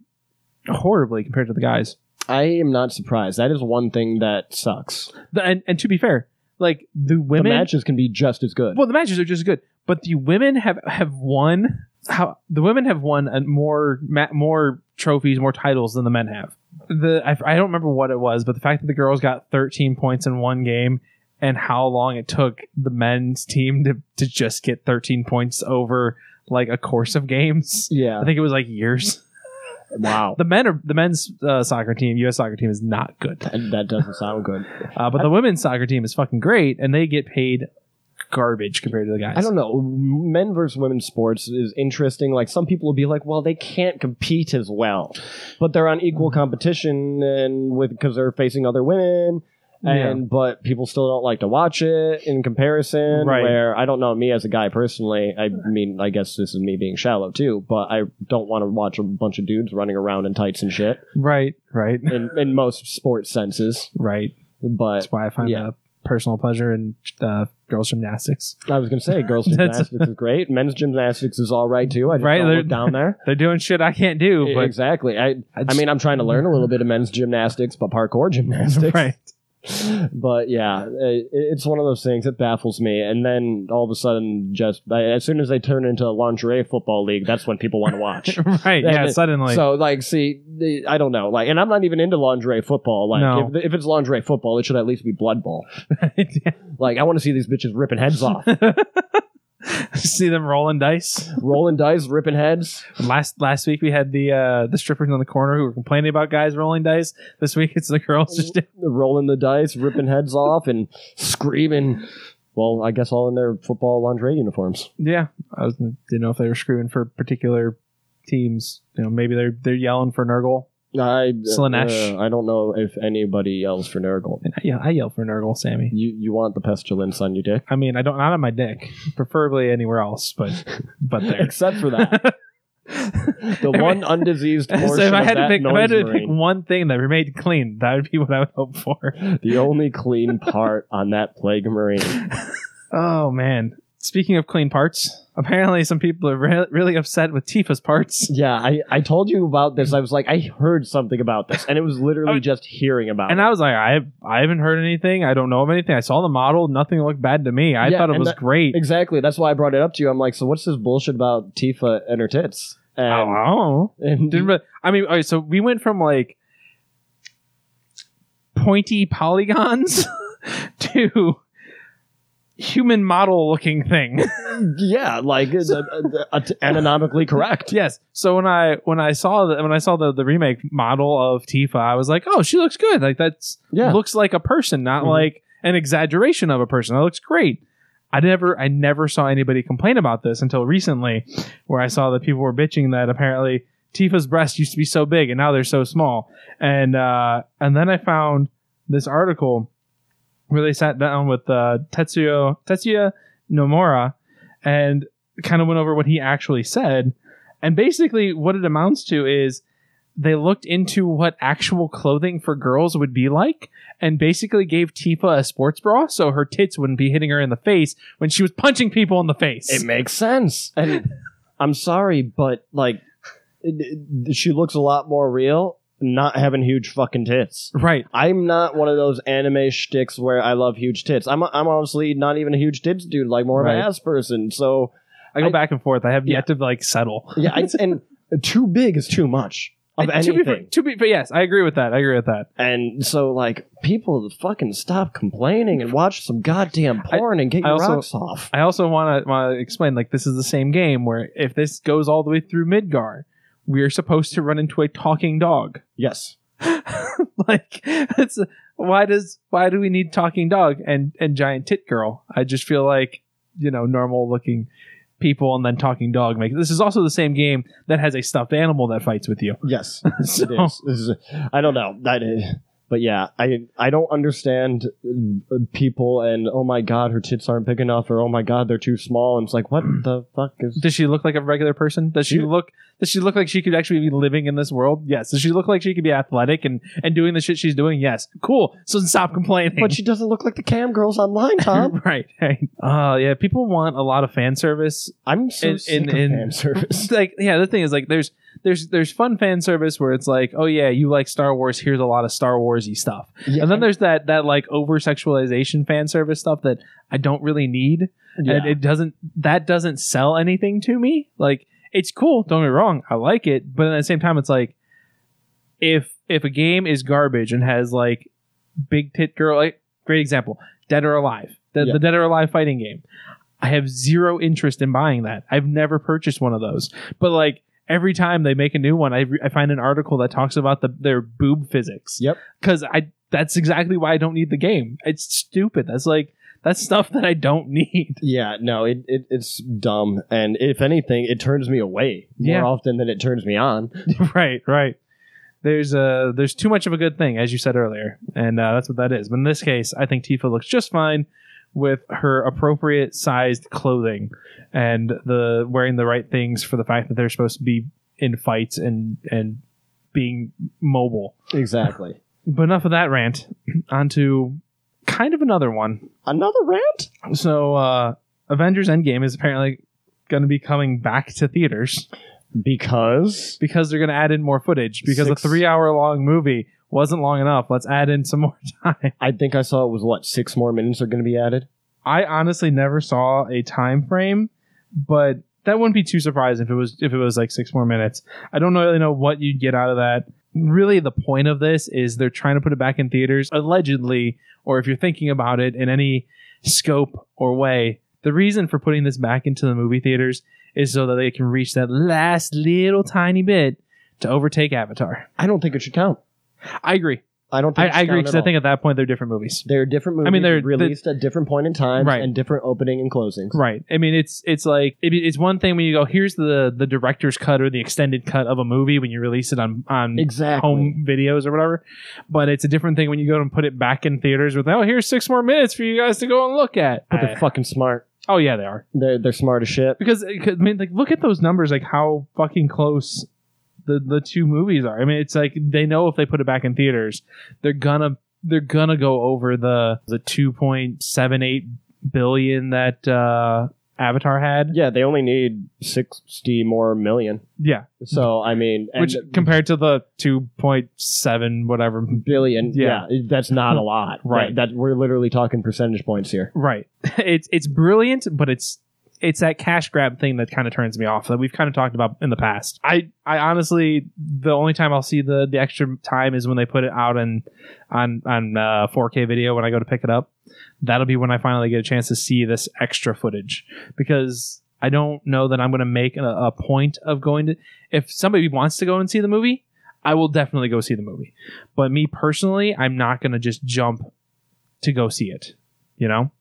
Speaker 2: horribly compared to the guys.
Speaker 1: I am not surprised. That is one thing that sucks.
Speaker 2: The- and and to be fair, like the
Speaker 1: The
Speaker 2: women,
Speaker 1: matches can be just as good.
Speaker 2: well, the matches are just good, but the women have have won. How the women have won uh, more ma- more trophies, more titles than the men have. The I, I don't remember what it was, but the fact that the girls got 13 points in one game and how long it took the men's team to to just get 13 points over like a course of games. I
Speaker 1: yeah.
Speaker 2: think it was like years.
Speaker 1: Wow.
Speaker 2: The men are the men's uh, soccer team, U.S. soccer team, is not good,
Speaker 1: That that doesn't sound good.
Speaker 2: uh, but the women's soccer team is fucking great, and they get paid garbage compared to the guys.
Speaker 1: I don't know. Men versus women sports is interesting. Like some people will be like, well, they can't compete as well, but they're on equal
Speaker 2: Mm-hmm.
Speaker 1: competition and with because they're facing other women. And but people still don't like to watch it in comparison.
Speaker 2: Right.
Speaker 1: Where I don't know me as a guy personally. I mean, I guess this is me being shallow too. But I don't want to watch a bunch of dudes running around in tights and
Speaker 2: [laughs]
Speaker 1: shit
Speaker 2: right, right,
Speaker 1: in, in most sports senses.
Speaker 2: right.
Speaker 1: But
Speaker 2: That's why I find
Speaker 1: Yeah.
Speaker 2: a personal pleasure in uh, girls gymnastics.
Speaker 1: I was gonna say girls
Speaker 2: [laughs] That's-
Speaker 1: gymnastics is great. Men's gymnastics is all right too. I just
Speaker 2: Right,
Speaker 1: don't
Speaker 2: they're-
Speaker 1: look down there.
Speaker 2: They're doing shit I can't do,
Speaker 1: E-,
Speaker 2: but
Speaker 1: exactly. I I
Speaker 2: just-
Speaker 1: mean, I'm trying to learn a little bit of men's gymnastics, but
Speaker 2: [laughs]
Speaker 1: parkour gymnastics.
Speaker 2: right.
Speaker 1: But yeah, it, it's one of those things that baffles me. And then all of a sudden, just as soon as they turn into a lingerie football league, that's when people want to watch.
Speaker 2: [laughs]
Speaker 1: [laughs]
Speaker 2: right, yeah.
Speaker 1: And it-
Speaker 2: Suddenly,
Speaker 1: so like, see, the- I don't know. Like, and I'm not even into lingerie football. Like,
Speaker 2: No.
Speaker 1: if, if it's lingerie football, it should at least be blood
Speaker 2: [laughs]
Speaker 1: ball. Like, I want to see these bitches ripping heads off,
Speaker 2: [laughs] see them rolling dice.
Speaker 1: rolling dice, ripping heads.
Speaker 2: Last last week we had the uh, the strippers on the corner who were complaining about guys rolling dice. This week it's the girls just
Speaker 1: Mm-hmm. rolling the dice, ripping heads [laughs] off, and screaming. Well, I guess all in their football lingerie uniforms.
Speaker 2: [laughs] Yeah, I was, didn't know if they were screwing for particular teams. You know, maybe they're they're yelling for Nurgle.
Speaker 1: I
Speaker 2: Slanesh.
Speaker 1: uh, I don't know if anybody yells for Nurgle.
Speaker 2: And I, yeah, I yell for Nurgle, Sammy.
Speaker 1: You you want the pestilence on your dick,
Speaker 2: I mean, I don't not on my dick, preferably anywhere else, but but there.
Speaker 1: except for that [laughs]
Speaker 2: [laughs]
Speaker 1: the one undiseased portion
Speaker 2: so if I
Speaker 1: of
Speaker 2: had to
Speaker 1: that
Speaker 2: pick, if I
Speaker 1: noise
Speaker 2: had to pick
Speaker 1: marine,
Speaker 2: one thing that remained clean, that would be what I would hope for. [laughs]
Speaker 1: the only clean part on that plague
Speaker 2: [laughs]
Speaker 1: marine.
Speaker 2: Oh man! Speaking of clean parts, apparently some people are re- really upset with Tifa's parts.
Speaker 1: Yeah, I, I told you about this. I was like, I heard something about this, and it was literally
Speaker 2: Oh.
Speaker 1: just hearing about
Speaker 2: And
Speaker 1: it.
Speaker 2: I was like, I I haven't heard anything. I don't know of anything. I saw the model. Nothing looked bad to me. I
Speaker 1: Yeah,
Speaker 2: thought it
Speaker 1: and
Speaker 2: was
Speaker 1: that-
Speaker 2: great.
Speaker 1: Exactly. That's why I brought it up to you. I'm like, so what's this bullshit about Tifa and her tits? And,
Speaker 2: I don't know.
Speaker 1: [laughs] and-
Speaker 2: Didn't re- I mean, okay, so we went from like pointy polygons [laughs] to human model looking thing.
Speaker 1: yeah, like it's uh, uh, uh, anatomically correct.
Speaker 2: yes. So when I when I saw the, when I saw the, the remake model of Tifa, I was like, oh, she looks good. Like that's
Speaker 1: Yeah.
Speaker 2: looks like a person, not
Speaker 1: Mhm.
Speaker 2: like an exaggeration of a person. That looks great. I never I never saw anybody complain about this until recently, where I saw that people were bitching that apparently Tifa's breasts used to be so big and now they're so small. And uh, and then I found this article where they sat down with uh, Tetsuya Tetsuya Nomura and kind of went over what he actually said. And basically, what it amounts to is they looked into what actual clothing for girls would be like and basically gave Tifa a sports bra so her tits wouldn't be hitting her in the face when she was punching people in the face.
Speaker 1: It makes sense. And I'm sorry, but like, it- it- she looks a lot more real, not having huge fucking tits.
Speaker 2: Right.
Speaker 1: I'm not one of those anime shticks where I love huge tits. I'm I'm honestly not even a huge tits dude, like more of
Speaker 2: Right.
Speaker 1: an ass person. So
Speaker 2: I go
Speaker 1: I-
Speaker 2: back and forth. I have yet to like settle.
Speaker 1: yeah, I, and too big is too much of
Speaker 2: And to be,
Speaker 1: anything.
Speaker 2: to be, but yes, I agree with that. I agree with that.
Speaker 1: And so like people fucking stop complaining and watch some goddamn
Speaker 2: I-
Speaker 1: porn and get
Speaker 2: I
Speaker 1: your
Speaker 2: also-
Speaker 1: rocks off.
Speaker 2: I also want to explain like this is the same game where if this goes all the way through Midgar, we are supposed to run into a talking dog.
Speaker 1: Yes.
Speaker 2: [laughs] like it's why does why do we need talking dog and and giant tit girl? I just feel like you know normal looking people and then talking dog make this is also the same game that has a stuffed animal that fights with you.
Speaker 1: Yes.
Speaker 2: [laughs] So-
Speaker 1: It is. This is- I don't know. That is- but yeah, I I don't understand uh, people and oh my god, her tits aren't big enough, or oh my god, they're too small. And it's like, what the fuck is?
Speaker 2: Does she look like a regular person? Does she
Speaker 1: Yeah.
Speaker 2: look does she look like she could actually be living in this world? Yes. Does she look like she could be athletic and and doing the shit she's doing? Yes. Cool. So stop complaining.
Speaker 1: But she doesn't look like the cam girls online, Tom.
Speaker 2: [laughs]
Speaker 1: [laughs]
Speaker 2: right, right. Uh yeah, people want a lot of fan service.
Speaker 1: I'm so
Speaker 2: In-
Speaker 1: sick
Speaker 2: in-
Speaker 1: of
Speaker 2: in-
Speaker 1: fan service.
Speaker 2: It's like yeah, the thing is like there's there's there's fun fan service where it's like, "Oh yeah, you like Star Wars, here's a lot of Star Warsy stuff."
Speaker 1: Yeah,
Speaker 2: [laughs] And then there's that that like over sexualization fan service stuff that I don't really need.
Speaker 1: yeah.
Speaker 2: and it doesn't that doesn't sell anything to me like it's cool don't get me wrong i like it but at the same time it's like if if a game is garbage and has like big tit girl like great example dead or alive the,
Speaker 1: Yeah.
Speaker 2: the dead or alive fighting game i have zero interest in buying that i've never purchased one of those but like every time they make a new one i, re- I find an article that talks about the, their boob physics
Speaker 1: Yep.
Speaker 2: because i that's exactly why i don't need the game it's stupid that's like that's stuff that i don't [laughs] need
Speaker 1: yeah, no, it, it it's dumb, and if anything, it turns me away more
Speaker 2: Yeah.
Speaker 1: often than it turns me on.
Speaker 2: [laughs] right right there's uh there's too much of a good thing as you said earlier and uh, that's what that is but in this case i think tifa looks just fine with her appropriate sized clothing and the wearing the right things for the fact that they're supposed to be in fights and and being mobile
Speaker 1: Exactly. [laughs]
Speaker 2: but enough of that rant [clears throat] onto kind of another one
Speaker 1: Another rant?
Speaker 2: so uh avengers endgame is apparently going to be coming back to theaters
Speaker 1: Because
Speaker 2: because they're going to add in more footage because
Speaker 1: Six-
Speaker 2: a three hour long movie wasn't long enough. Let's add in some [laughs] more time.
Speaker 1: I think I saw it was what six more minutes are going to be added.
Speaker 2: I honestly never saw a time frame, but that wouldn't be too surprising if it was if it was like six more minutes. I don't really know what you'd get out of that. Really, the point of this is they're trying to put it back in theaters, allegedly, or if you're thinking about it in any scope or way. The reason for putting this back into the movie theaters is so that they can reach that last little tiny bit to overtake Avatar.
Speaker 1: I don't think it should count.
Speaker 2: I agree.
Speaker 1: I don't.
Speaker 2: I,
Speaker 1: Think it should
Speaker 2: I agree
Speaker 1: count
Speaker 2: because
Speaker 1: at
Speaker 2: I
Speaker 1: all.
Speaker 2: think at that point they're different movies.
Speaker 1: they're different movies.
Speaker 2: I mean, they're- they-
Speaker 1: released at different point in time
Speaker 2: Right.
Speaker 1: and different opening and closings.
Speaker 2: Right. I mean, it's it's like it, it's one thing when you go, here's the the director's cut or the extended cut of a movie when you release it on on
Speaker 1: Exactly.
Speaker 2: home videos or whatever, but it's a different thing when you go and put it back in theaters with, oh, here's six more minutes for you guys to go and look at.
Speaker 1: But they're
Speaker 2: I-
Speaker 1: fucking smart.
Speaker 2: oh yeah, they are
Speaker 1: They're they're smart as shit.
Speaker 2: because uh, 'cause, I mean, like look at those numbers, like how fucking close. The, the two movies are. I mean, it's like they know if they put it back in theaters, they're gonna they're gonna go over the the two point seven eight billion that uh, Avatar had.
Speaker 1: Yeah, they only need sixty more million.
Speaker 2: Yeah,
Speaker 1: So I mean, and
Speaker 2: which compared to the 2.7 whatever.
Speaker 1: billion.
Speaker 2: Yeah.
Speaker 1: Yeah. that's not a lot.
Speaker 2: [laughs] Right.
Speaker 1: That, that we're literally talking percentage points here.
Speaker 2: Right. [laughs] It's it's brilliant, but it's it's that cash grab thing that kind of turns me off that we've kind of talked about in the past. I I honestly the only time I'll see the the extra time is when they put it out in on on uh, 4K video when I go to pick it up. That'll be when I finally get a chance to see this extra footage because I don't know that I'm going to make a, a point of going to if somebody wants to go and see the movie, I will definitely go see the movie. But me personally, I'm not going to just jump to go see it, you know?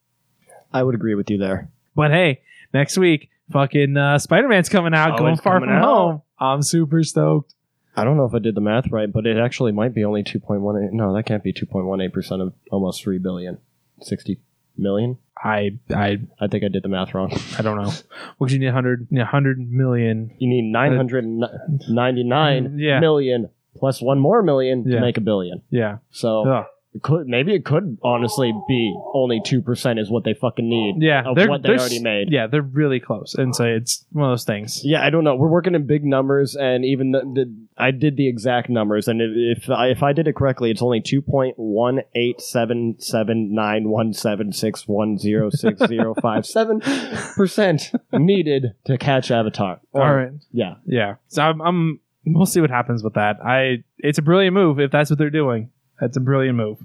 Speaker 1: I would agree with you there.
Speaker 2: But hey, next week, fucking uh, Spider Man's coming out,
Speaker 1: Oh,
Speaker 2: going
Speaker 1: it's
Speaker 2: far from
Speaker 1: coming out.
Speaker 2: home. I'm super stoked.
Speaker 1: I don't know if I did the math right, but it actually might be only two point one eight. No, that can't be two point one eight percent of almost three billion. Sixty million.
Speaker 2: I I
Speaker 1: I think I did the math wrong.
Speaker 2: I don't know. What you need 100, you need 100 million.
Speaker 1: You need nine hundred ninety nine million
Speaker 2: Mm, Yeah.
Speaker 1: plus one more million
Speaker 2: Yeah.
Speaker 1: to make a billion.
Speaker 2: Yeah.
Speaker 1: So
Speaker 2: Ugh.
Speaker 1: It could maybe it could honestly be only two percent is what they fucking need.
Speaker 2: Yeah,
Speaker 1: Of
Speaker 2: they're-
Speaker 1: what they
Speaker 2: they're
Speaker 1: already
Speaker 2: s-
Speaker 1: made.
Speaker 2: Yeah, they're really close, and so it's one of those things.
Speaker 1: Yeah, I don't know. We're working in big numbers, and even the, the I did the exact numbers, and if if I, if I did it correctly, it's only two point one eight seven seven nine one seven six one zero six zero five seven
Speaker 2: [laughs]
Speaker 1: percent needed to catch Avatar. Or-
Speaker 2: All right.
Speaker 1: Yeah.
Speaker 2: Yeah. So I'm, I'm. We'll see what happens with that. I. It's a brilliant move if that's what they're doing. That's a brilliant move.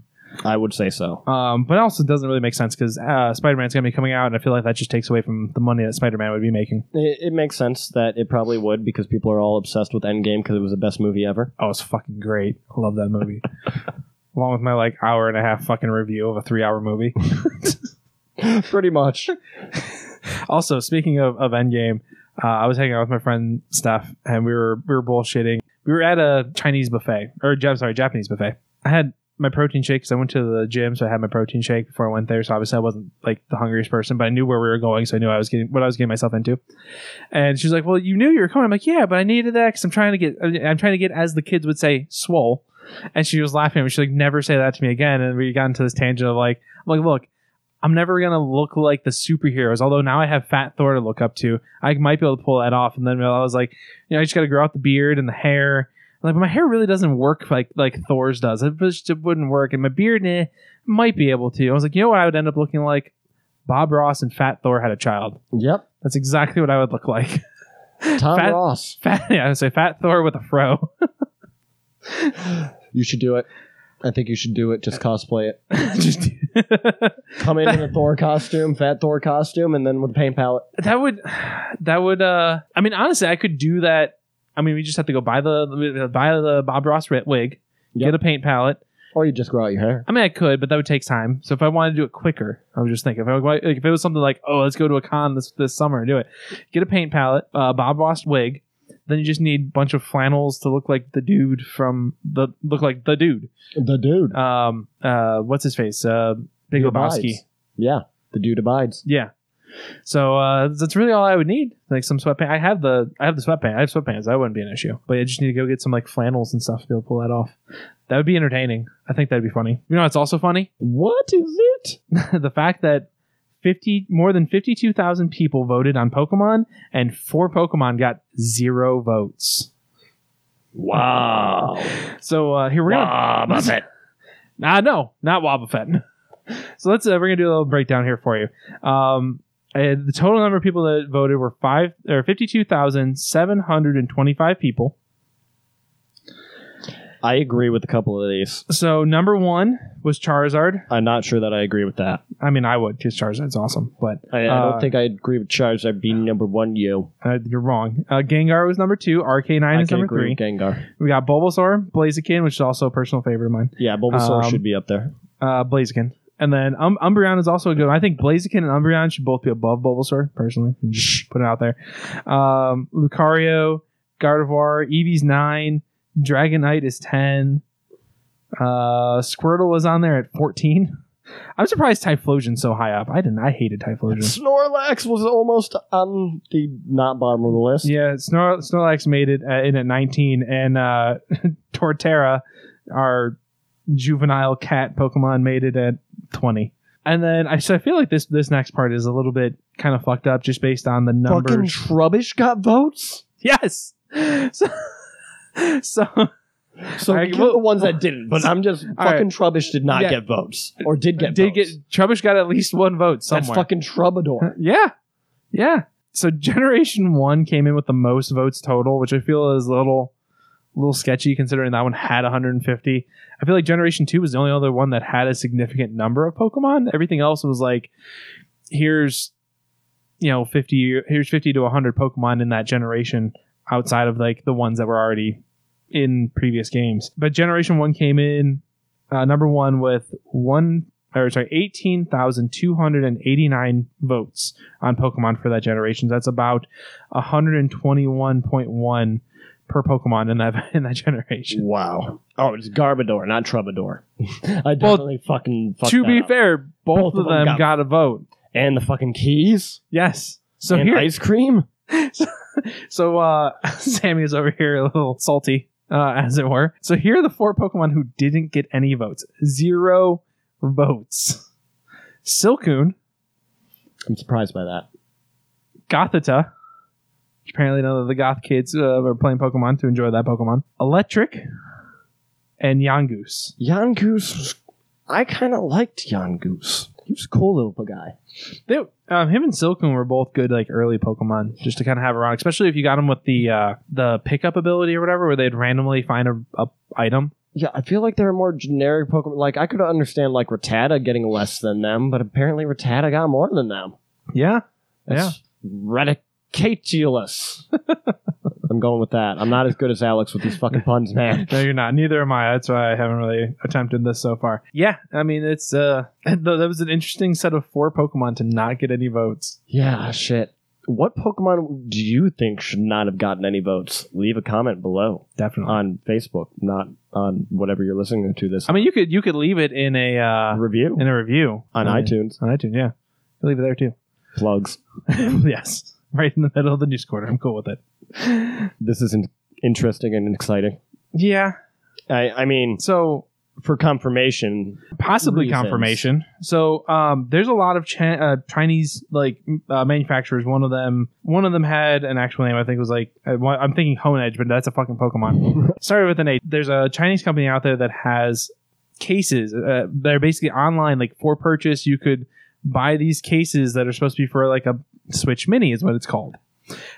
Speaker 1: I would say so.
Speaker 2: Um, but also it doesn't really make sense because uh, Spider Man's gonna be coming out, and I feel like that just takes away from the money that Spider Man would be making.
Speaker 1: It, it makes sense that it probably would because people are all obsessed with Endgame because it was the best movie ever.
Speaker 2: Oh, it's fucking great. I love that movie. Along with my like hour and a half fucking review of a three hour movie.
Speaker 1: [laughs] Pretty much.
Speaker 2: Also, speaking of, of Endgame, uh, I was hanging out with my friend Steph, and we were we were bullshitting. We were at a Chinese buffet, or I'm sorry, Japanese buffet. I had my protein shake because I went to the gym, so I had my protein shake before I went there. So obviously, I wasn't like the hungriest person, but I knew where we were going, so I knew I was getting what I was getting myself into. And she's like, "Well, you knew you were coming." I'm like, "Yeah, but I needed that because I'm trying to get uh, I'm trying to get as the kids would say, swole." And she was laughing. and She's like, "Never say that to me again." And we got into this tangent of like, "I'm like, look." I'm never gonna look like the superheroes. Although now I have Fat Thor to look up to, I might be able to pull that off. And then I was like, you know, I just gotta grow out the beard and the hair. Like my hair really doesn't work like like Thor's does. It just it wouldn't work, and my beard eh, might be able to. I was like, you know what? I would end up looking like Bob Ross and Fat Thor had a child.
Speaker 1: Yep.
Speaker 2: That's exactly what I would look like. [laughs]
Speaker 1: Tom
Speaker 2: Fat-
Speaker 1: Ross.
Speaker 2: Fat, yeah, I would say Fat Thor with a fro. [laughs]
Speaker 1: You should do it. I think you should do it. Just cosplay it.
Speaker 2: just, [laughs]
Speaker 1: Come in in a Thor costume, fat Thor costume, and then with a paint palette.
Speaker 2: that would that would uh i mean honestly i could do that i mean we just have to go buy the buy the bob ross ri- wig
Speaker 1: Yep.
Speaker 2: get a paint palette
Speaker 1: Or you just grow out your hair.
Speaker 2: i mean i could but that would take time so if i wanted to do it quicker i was just thinking if, I, like, if it was something like oh let's go to a con this this summer and do it get a paint palette uh, bob ross wig then you just need a bunch of flannels to look like the dude from the look like the dude
Speaker 1: The dude.
Speaker 2: um uh what's his face uh big
Speaker 1: He
Speaker 2: lebowski
Speaker 1: abides. Yeah, the dude abides.
Speaker 2: Yeah. So uh, that's really all I would need, like some sweatpants. I have the I have the sweatpants. I have sweatpants. That wouldn't be an issue. But I just need to go get some like flannels and stuff to be able to pull that off. That would be entertaining. I think that'd be funny. You know, it's also funny
Speaker 1: What is it?
Speaker 2: [laughs] the fact that fifty more than fifty two thousand people voted on Pokemon, and four Pokemon got zero votes.
Speaker 1: Wow.
Speaker 2: So uh, here we're going.
Speaker 1: Wow,
Speaker 2: Ah, no, not Wobbuffet. [laughs] so let's uh, we're gonna do a little breakdown here for you. Um, uh, the total number of people that voted were five or fifty-two thousand seven hundred and twenty-five people.
Speaker 1: I agree with a couple of these.
Speaker 2: So number one was Charizard.
Speaker 1: I'm not sure that I agree with that.
Speaker 2: I mean, I would because Charizard's awesome, but
Speaker 1: I, I
Speaker 2: Uh,
Speaker 1: don't think I agree with Charizard being number one. You,
Speaker 2: uh, you're wrong. Uh, Gengar was number two. RK9
Speaker 1: I
Speaker 2: is
Speaker 1: can
Speaker 2: number
Speaker 1: agree
Speaker 2: three.
Speaker 1: with Gengar.
Speaker 2: We got Bulbasaur, Blaziken, which is also a personal favorite of mine.
Speaker 1: Yeah, Bulbasaur
Speaker 2: Um,
Speaker 1: should be up there.
Speaker 2: Uh, Blaziken. And then um, Umbreon is also a good one. I think Blaziken and Umbreon should both be above Bulbasaur, personally. I'm Just put it out there. Um, Lucario, Gardevoir, Eevee's 9, Dragonite is 10. Uh, Squirtle is on there at 14. I'm surprised Typhlosion's so high up. I didn't. I hated Typhlosion.
Speaker 1: Snorlax was almost on the not bottom of the list.
Speaker 2: Yeah, Snor- Snorlax made it uh, in at 19, and uh, [laughs] Torterra, our juvenile cat Pokemon, made it at 20. And then I so I feel like this this next part is a little bit kind of fucked up just based on the numbers.
Speaker 1: Fucking Trubbish got votes.
Speaker 2: [laughs] yes. [laughs] So, so
Speaker 1: So
Speaker 2: I-
Speaker 1: give
Speaker 2: well-
Speaker 1: the ones that didn't. But I'm just
Speaker 2: right.
Speaker 1: fucking Trubbish did not
Speaker 2: Yeah.
Speaker 1: get votes or did get
Speaker 2: did
Speaker 1: votes.
Speaker 2: get Trubbish got at least one vote somewhere.
Speaker 1: That's fucking Trubador.
Speaker 2: [laughs] Yeah. Yeah. So [laughs] Generation One came in with the most votes total, which I feel is a little a little sketchy considering that one had 150. I feel like Generation Two was the only other one that had a significant number of Pokemon. Everything else was like, here's you know 50 here's 50 to 100 Pokemon in that generation outside of like the ones that were already in previous games. But Generation One came in uh, number one with one or sorry, 18,289 votes on Pokemon for that generation. That's about 121.1 per Pokemon in that [laughs] in that generation.
Speaker 1: Wow. Oh, it's Garbador, not Trubador. [laughs] I definitely fucking fucked
Speaker 2: to
Speaker 1: that
Speaker 2: be
Speaker 1: up.
Speaker 2: fair, both, of them got, a vote.
Speaker 1: and the fucking keys
Speaker 2: Yes. So
Speaker 1: and
Speaker 2: here,
Speaker 1: ice cream.
Speaker 2: [laughs] so uh, Sammy is over here a little salty uh, as it were. So here are the four Pokemon who didn't get any votes. Zero votes. Silcoon,
Speaker 1: I'm surprised by that.
Speaker 2: Gothita. Apparently, none of the Goth kids uh, are playing Pokemon to enjoy that Pokemon. Electric, and Yangoose.
Speaker 1: Jan Goose, was, I kind of liked Jan Goose. He was a cool little guy.
Speaker 2: They, um, him and Silcoon were both good, like early Pokemon, just to kind of have around. Especially if you got them with the uh, the pickup ability or whatever, where they'd randomly find a, a item.
Speaker 1: Yeah, I feel like they're more generic Pokemon. Like I could understand like Rattata getting less than them, but apparently Rattata got more than them.
Speaker 2: Yeah,
Speaker 1: That's
Speaker 2: [laughs]
Speaker 1: radicatulous. I'm going with that. I'm not as good as Alex with these fucking puns, man.
Speaker 2: [laughs] No, you're not. Neither am I. That's why I haven't really attempted this so far. Yeah, I mean it's uh th- that was an interesting set of four Pokemon to not get any votes.
Speaker 1: Yeah, shit. What Pokemon do you think should not have gotten any votes? Leave a comment below
Speaker 2: Definitely.
Speaker 1: on Facebook, not on whatever you're listening to this.
Speaker 2: I mean you could you could leave it in a uh
Speaker 1: review
Speaker 2: in a review
Speaker 1: on
Speaker 2: I mean,
Speaker 1: iTunes.
Speaker 2: On iTunes, yeah. Leave it there too. [laughs]
Speaker 1: Plugs.
Speaker 2: yes. Right in the middle of the news corner. I'm cool with it.
Speaker 1: This is in- interesting and exciting.
Speaker 2: Yeah.
Speaker 1: I, I mean,
Speaker 2: So
Speaker 1: for confirmation,
Speaker 2: possibly
Speaker 1: reasons.
Speaker 2: confirmation. So um, there's a lot of chi- uh, Chinese like m- uh, manufacturers. One of them, one of them had an actual name. I think it was like I wa- I'm thinking Honedge, but that's a fucking Pokemon. Started with an A. There's a Chinese company out there that has cases. Uh, they're basically online, like for purchase. You could buy these cases that are supposed to be for like a Switch Mini, is what it's called.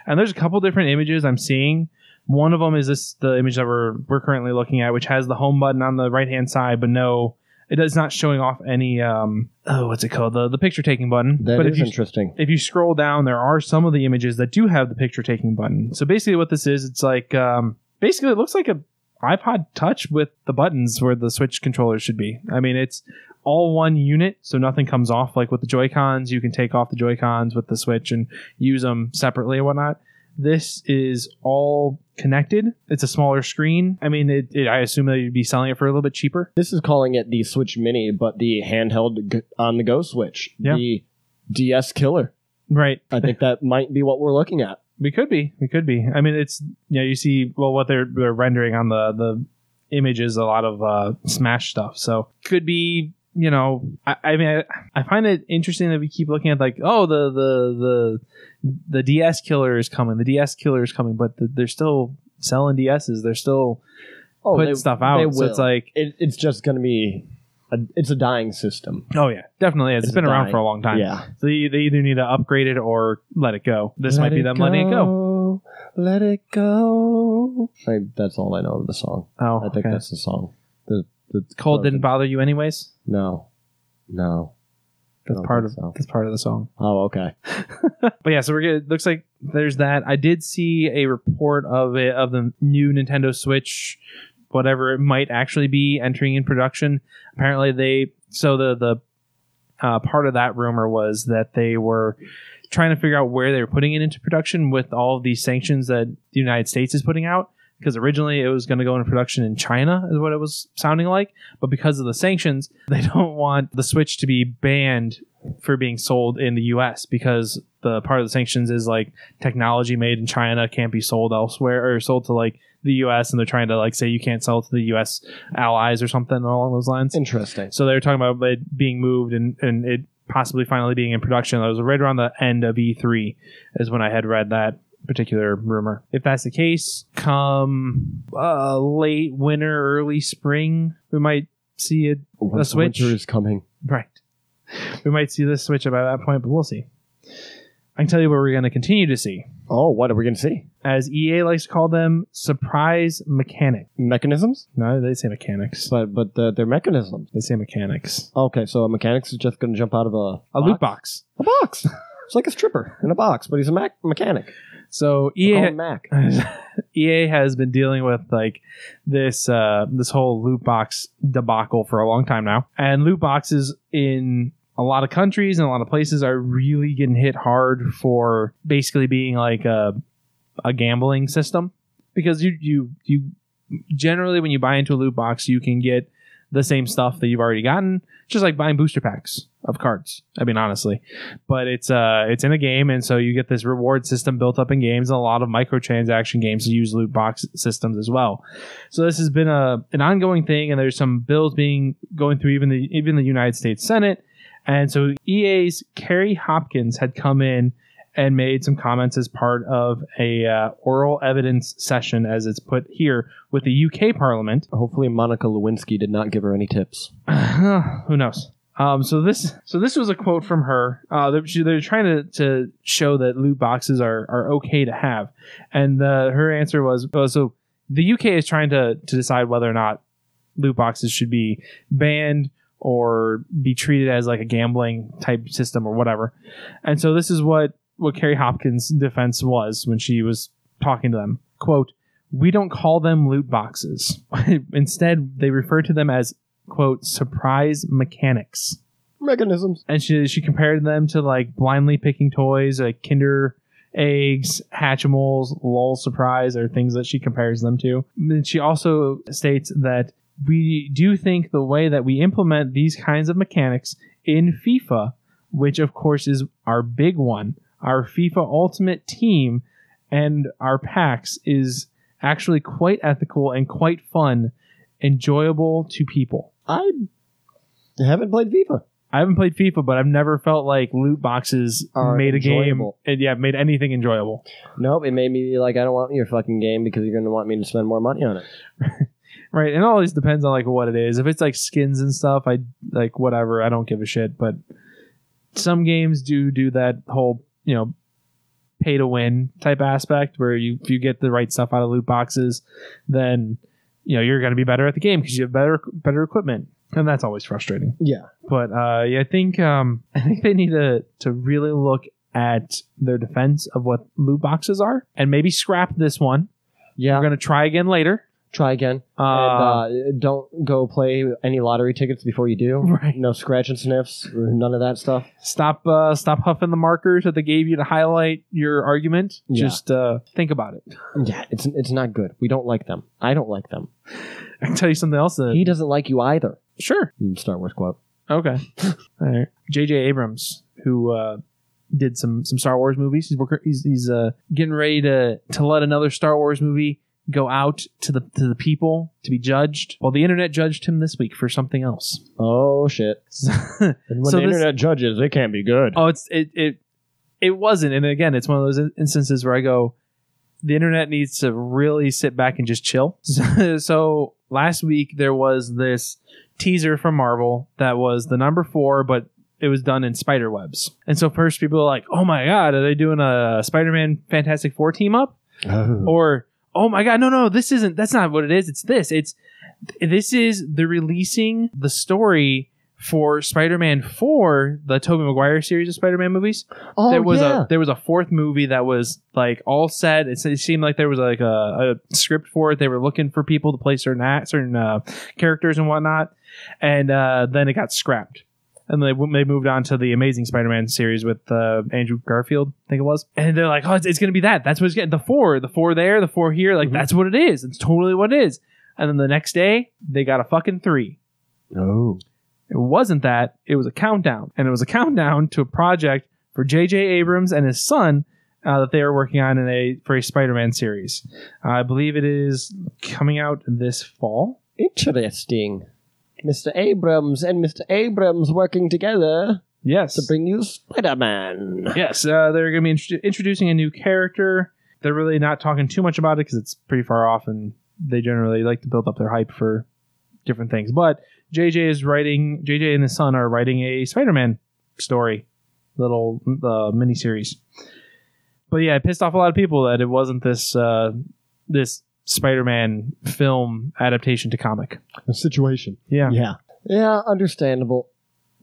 Speaker 2: And there's a couple different images I'm seeing. One of them is this the image that we're we're currently looking at, which has the home button on the right hand side, but no, it is not showing off any um oh what's it called the the picture taking button.
Speaker 1: that is
Speaker 2: but if you
Speaker 1: interesting.
Speaker 2: if you scroll down, there are some of the images that do have the picture taking button. So basically, what this is, it's like um, basically it looks like a iPod Touch with the buttons where the Switch controller should be. I mean, it's all one unit, so nothing comes off. Like with the Joy Cons, you can take off the Joy Cons with the Switch and use them separately and whatnot. This is all connected. It's a smaller screen. I mean, it, it, I assume that you'd be selling it for a little bit cheaper.
Speaker 1: This is calling it the Switch Mini, but the handheld g- on the go Switch.
Speaker 2: Yeah.
Speaker 1: The DS killer.
Speaker 2: Right.
Speaker 1: I think
Speaker 2: [laughs]
Speaker 1: that might be what we're looking at.
Speaker 2: We could be. We could be. I mean, it's you know, you see well what they're they're rendering on the the image is a lot of uh, Smash stuff. So could be. You know, I, I mean, I, I find it interesting that we keep looking at like, oh, the the the the DS killer is coming, the DS killer is coming, but the, they're still selling DSs, they're still
Speaker 1: Oh,
Speaker 2: putting
Speaker 1: they-
Speaker 2: stuff out.
Speaker 1: they
Speaker 2: so it's
Speaker 1: will.
Speaker 2: like,
Speaker 1: it, it's just going to be. A, it's a dying system.
Speaker 2: oh yeah, definitely, is.
Speaker 1: It's
Speaker 2: it's been around
Speaker 1: dying.
Speaker 2: for a long time.
Speaker 1: Yeah.
Speaker 2: So they, they either need to upgrade it or let it go. This might be them letting it go.
Speaker 1: Let it go. I, that's all I know of the song.
Speaker 2: Oh,
Speaker 1: I think
Speaker 2: okay.
Speaker 1: that's the song. The, the
Speaker 2: cold didn't bother you anyways.
Speaker 1: No, no. I
Speaker 2: That's
Speaker 1: don't
Speaker 2: part of
Speaker 1: think so.
Speaker 2: that's part of the song.
Speaker 1: Oh, okay.
Speaker 2: But yeah, so we're good. Looks like there's that. I did see a report of it of the new Nintendo Switch, whatever it might actually be entering in production. Apparently, they so the the uh, part of that rumor was that they were trying to figure out where they were putting it into production with all of these sanctions that the United States is putting out. Because originally it was going to go into production in China, is what it was sounding like. But because of the sanctions, [laughs] they don't want the Switch to be banned for being sold in the US because the part of the sanctions is like technology made in China can't be sold elsewhere or sold to like the US and they're trying to like say you can't sell it to the US allies or something along those lines.
Speaker 1: Interesting.
Speaker 2: So they were talking about it being moved and, and it possibly finally being in production. That was right around the end of E3 is when I had read that particular rumor. If that's the case, come uh, late winter, early spring, we might see it
Speaker 1: Once
Speaker 2: Switch.
Speaker 1: winter is coming.
Speaker 2: Right. We might see this switch by that point, but we'll see. I can tell you what we're going to continue to see.
Speaker 1: Oh, what are we gonna see?
Speaker 2: As EA likes to call them, surprise mechanic.
Speaker 1: Mechanisms,
Speaker 2: No, they say mechanics.
Speaker 1: but but the, they're mechanisms.
Speaker 2: They say mechanics.
Speaker 1: Okay, so a mechanics is just gonna jump out of a
Speaker 2: A loot box.
Speaker 1: A box. [laughs] it's like a stripper in a box, but he's a mac- mechanic.
Speaker 2: So E
Speaker 1: We call
Speaker 2: EA
Speaker 1: him
Speaker 2: [laughs]
Speaker 1: Mac.
Speaker 2: EA E has been dealing with like this uh, this whole loot box debacle for a long time now, and loot boxes in a lot of countries and a lot of places are really getting hit hard for basically being like a a gambling system because you you you generally when you buy into a loot box you can get the same stuff that you've already gotten, just like buying booster packs. of cards. I mean, honestly, but it's uh it's in a game, and so you get this reward system built up in games, and a lot of microtransaction games use loot box systems as well. So this has been a an ongoing thing, and there's some bills being going through even the even the United States Senate, and so EA's Kerry Hopkins had come in and made some comments as part of a uh, oral evidence session, as it's put here, with the UK Parliament.
Speaker 1: Hopefully, Monica Lewinsky did not give her any tips.
Speaker 2: Who knows? Um, so this so this was a quote from her. Uh, they're, she- they're trying to, to show that loot boxes are, are okay to have, and uh, her answer was oh, so the UK is trying to to decide whether or not loot boxes should be banned or be treated as like a gambling type system or whatever. And so this is what what Carrie Hopkins' defense was when she was talking to them. Quote, "We don't call them loot boxes. [laughs] Instead, they refer to them as quote surprise mechanics."
Speaker 1: Mechanisms.
Speaker 2: and she she compared them to like blindly picking toys, like Kinder eggs, Hatchimals, lol surprise are things that she compares them to. And then she also states that we do think the way that we implement these kinds of mechanics in FIFA, which of course is our big one, our FIFA Ultimate Team and our packs is actually quite ethical and quite fun, enjoyable to people.
Speaker 1: I haven't played FIFA.
Speaker 2: I haven't played FIFA, but I've never felt like loot boxes
Speaker 1: Are
Speaker 2: made a
Speaker 1: enjoyable.
Speaker 2: game. And yeah, made anything enjoyable.
Speaker 1: Nope, it made me like I don't want your fucking game because you're going to want me to spend more money on it.
Speaker 2: Right. And it always depends on like what it is. If it's like skins and stuff, I like whatever. I don't give a shit. But some games do do that whole, you know, pay to win type aspect where you if you get the right stuff out of loot boxes, then you know you're going to be better at the game because you have better better equipment, and that's always frustrating.
Speaker 1: Yeah.
Speaker 2: but uh, yeah, I think um, [laughs] I think they need to to really look at their defense of what loot boxes are, and maybe scrap this one.
Speaker 1: Yeah.
Speaker 2: We're gonna try again later.
Speaker 1: Try again.
Speaker 2: Uh,
Speaker 1: and uh, don't go play any lottery tickets before you do.
Speaker 2: [laughs] right.
Speaker 1: No scratch and sniffs, none of that stuff.
Speaker 2: Stop uh, stop huffing the markers that they gave you to highlight your argument.
Speaker 1: Yeah.
Speaker 2: Just uh, think about it. [laughs]
Speaker 1: Yeah, it's it's not good. We don't like them. I don't like them.
Speaker 2: I can tell you something else. That,
Speaker 1: He doesn't like you either.
Speaker 2: sure.
Speaker 1: Mm, Star Wars quote.
Speaker 2: Okay. All right. J.J. Abrams, who uh, did some some Star Wars movies, he's working, he's, he's uh, getting ready to to let another Star Wars movie go out to the to the people to be judged. Well, the internet judged him this week for something else. [laughs]
Speaker 1: Oh shit! And when
Speaker 2: So
Speaker 1: the
Speaker 2: this-
Speaker 1: internet judges, it can't be good. [laughs]
Speaker 2: oh, it's it it it wasn't. And again, it's one of those in- instances where I go, the internet needs to really sit back and just chill. [laughs] So, so last week there was this teaser from Marvel that was the number four, but it was done in spider webs. And so first people are like, "Oh my god, are they doing a Spider-Man Fantastic Four team up?"
Speaker 1: Mm.
Speaker 2: or oh my god no no this isn't that's not what it is it's this it's this is the releasing the story for spider-man 4 the Tobey maguire series of spider-man movies
Speaker 1: Oh,
Speaker 2: there was
Speaker 1: yeah.
Speaker 2: a there was a fourth movie that was like all set it, se- it seemed like there was like a, a script for it they were looking for people to play certain act, certain uh, characters and whatnot and uh, then it got scrapped and they, they moved on to the Amazing Spider-Man series with uh, Andrew Garfield, I think it was. And they're like, "Oh, it's, it's going to be that. That's what it's getting. The four, the four there, the four here. Like
Speaker 1: Mhm.
Speaker 2: that's what it is. It's totally what it is." And then the next day, they got a fucking three.
Speaker 1: oh.
Speaker 2: It wasn't that. It was a countdown, and it was a countdown to a project for J.J. Abrams and his son uh, that they are working on in a for a Spider-Man series. I believe it is coming out this fall.
Speaker 1: Interesting. Mr. Abrams and Mr. Abrams working together
Speaker 2: Yes,
Speaker 1: to bring you Spider Man.
Speaker 2: yes, uh, they're going to be intro- introducing a new character. They're really not talking too much about it because it's pretty far off, and they generally like to build up their hype for different things. But JJ is writing. JJ and his son are writing a Spider-Man story, little uh, miniseries. But yeah, it pissed off a lot of people that it wasn't this uh, this Spider-Man film adaptation to comic.
Speaker 1: Situation.
Speaker 2: Yeah,
Speaker 1: Yeah. Yeah, understandable.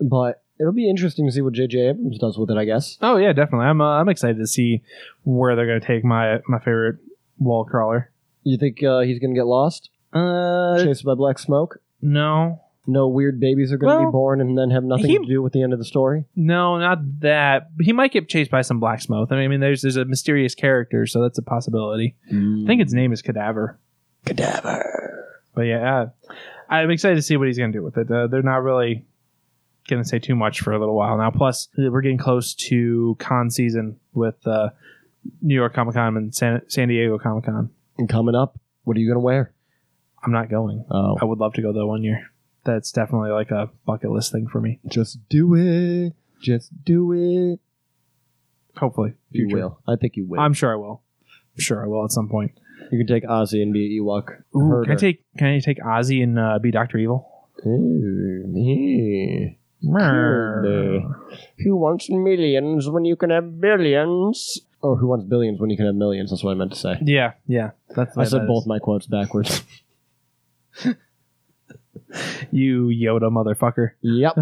Speaker 1: But it'll be interesting to see what J.J. Abrams does with it, I guess.
Speaker 2: Oh yeah, definitely. I'm uh, I'm excited to see where they're going to take my my favorite wall crawler.
Speaker 1: You think uh, he's going to get lost?
Speaker 2: Uh,
Speaker 1: Chased by black smoke?
Speaker 2: no,
Speaker 1: No weird babies are going to
Speaker 2: Well,
Speaker 1: be born and then have nothing
Speaker 2: he-
Speaker 1: to do with the end of the story?
Speaker 2: no, not that. He might get chased by some blacksmith. I mean, I mean, there's there's a mysterious character, so that's a possibility.
Speaker 1: Mm.
Speaker 2: I
Speaker 1: Hmm.
Speaker 2: think its name is Cadaver.
Speaker 1: Cadaver.
Speaker 2: But yeah, uh, I'm excited to see what he's going to do with it. Uh, they're not really gonna say too much for a little while now. Plus, we're getting close to con season with uh, New York Comic Con and San, San Diego Comic Con.
Speaker 1: And coming up, what are you gonna wear?
Speaker 2: I'm not going.
Speaker 1: Oh,
Speaker 2: I would love to go though one year. That's definitely like a bucket list thing for me.
Speaker 1: just do it. Just do it.
Speaker 2: Hopefully,
Speaker 1: You
Speaker 2: future.
Speaker 1: will. I think you will.
Speaker 2: I'm sure I will. I'm sure I will at some point.
Speaker 1: you can take Ozzy and be an Ewok.
Speaker 2: Ooh,
Speaker 1: herder.
Speaker 2: can I take can I take Ozzy and uh, be Doctor Evil?
Speaker 1: Ooh, yeah. Clearly.
Speaker 2: Merr.
Speaker 1: Who wants millions when you can have billions? Or who wants billions when you can have millions? That's what I meant to say.
Speaker 2: Yeah, yeah. That's
Speaker 1: I
Speaker 2: yeah,
Speaker 1: said
Speaker 2: that
Speaker 1: both
Speaker 2: is-
Speaker 1: my quotes backwards. [laughs]
Speaker 2: You Yoda motherfucker. [laughs]
Speaker 1: yep.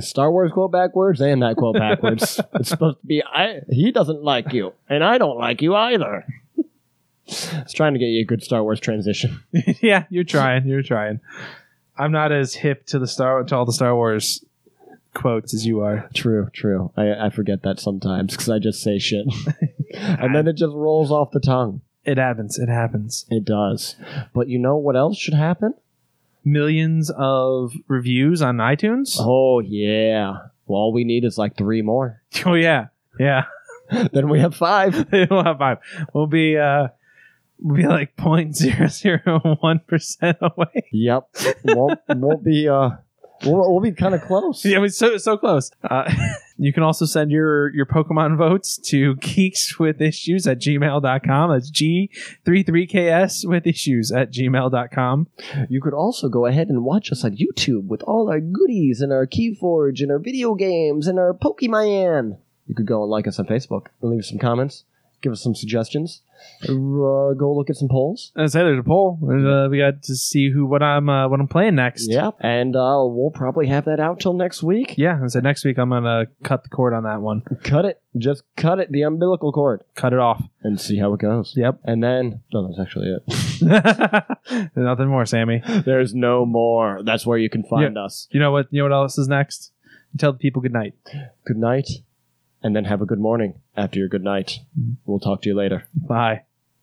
Speaker 1: Star Wars quote backwards and that quote
Speaker 2: [laughs]
Speaker 1: backwards. it's supposed to be I he doesn't like you, and I don't like you either. [laughs] I was trying to get you a good Star Wars transition.
Speaker 2: yeah, you're trying. You're trying. I'm not as hip to the Star to all the Star Wars quotes as you are.
Speaker 1: True, true. I, I forget that sometimes because I just say shit. [laughs] and then it just rolls off the tongue.
Speaker 2: It happens. It happens.
Speaker 1: It does. But you know what else should happen?
Speaker 2: Millions of reviews on iTunes. [laughs] Oh,
Speaker 1: Oh, yeah. Well, all we need is like three more. [laughs]
Speaker 2: Oh, yeah, yeah. [laughs]
Speaker 1: then we have five.
Speaker 2: we'll have five. We'll be uh, we'll be like [laughs] point zero zero one percent away.
Speaker 1: Yep. won't, [laughs] won't be, uh, we'll, we'll be kind of close.
Speaker 2: Yeah, we're so so close. Uh, [laughs] you can also send your your Pokemon votes to geekswithissues at gmail.com. That's G three three KS with issues at gmail.com.
Speaker 1: You could also go ahead and watch us on YouTube with all our goodies and our Keyforge and our video games and our Pokemon. You could go and like us on Facebook and leave us some comments, give us some suggestions, uh, go look at some polls.
Speaker 2: I say there's a poll. There's, uh, we got to see who what I'm uh, what I'm playing next.
Speaker 1: Yeah. And uh, we'll probably have that out till next week.
Speaker 2: yeah. And so next week I'm gonna cut the cord on that one.
Speaker 1: Cut it. Just cut it, the umbilical cord,
Speaker 2: Cut it off.
Speaker 1: and see how it goes.
Speaker 2: Yep. [laughs]
Speaker 1: And then, no, that's actually it.
Speaker 2: Nothing more, Sammy.
Speaker 1: [laughs] There's no more. That's where you can find us.
Speaker 2: You know what? You know what else is next? Tell the people good night.
Speaker 1: Mm-hmm. Good night, and then have a good morning after your good night. We'll talk to you later.
Speaker 2: Bye.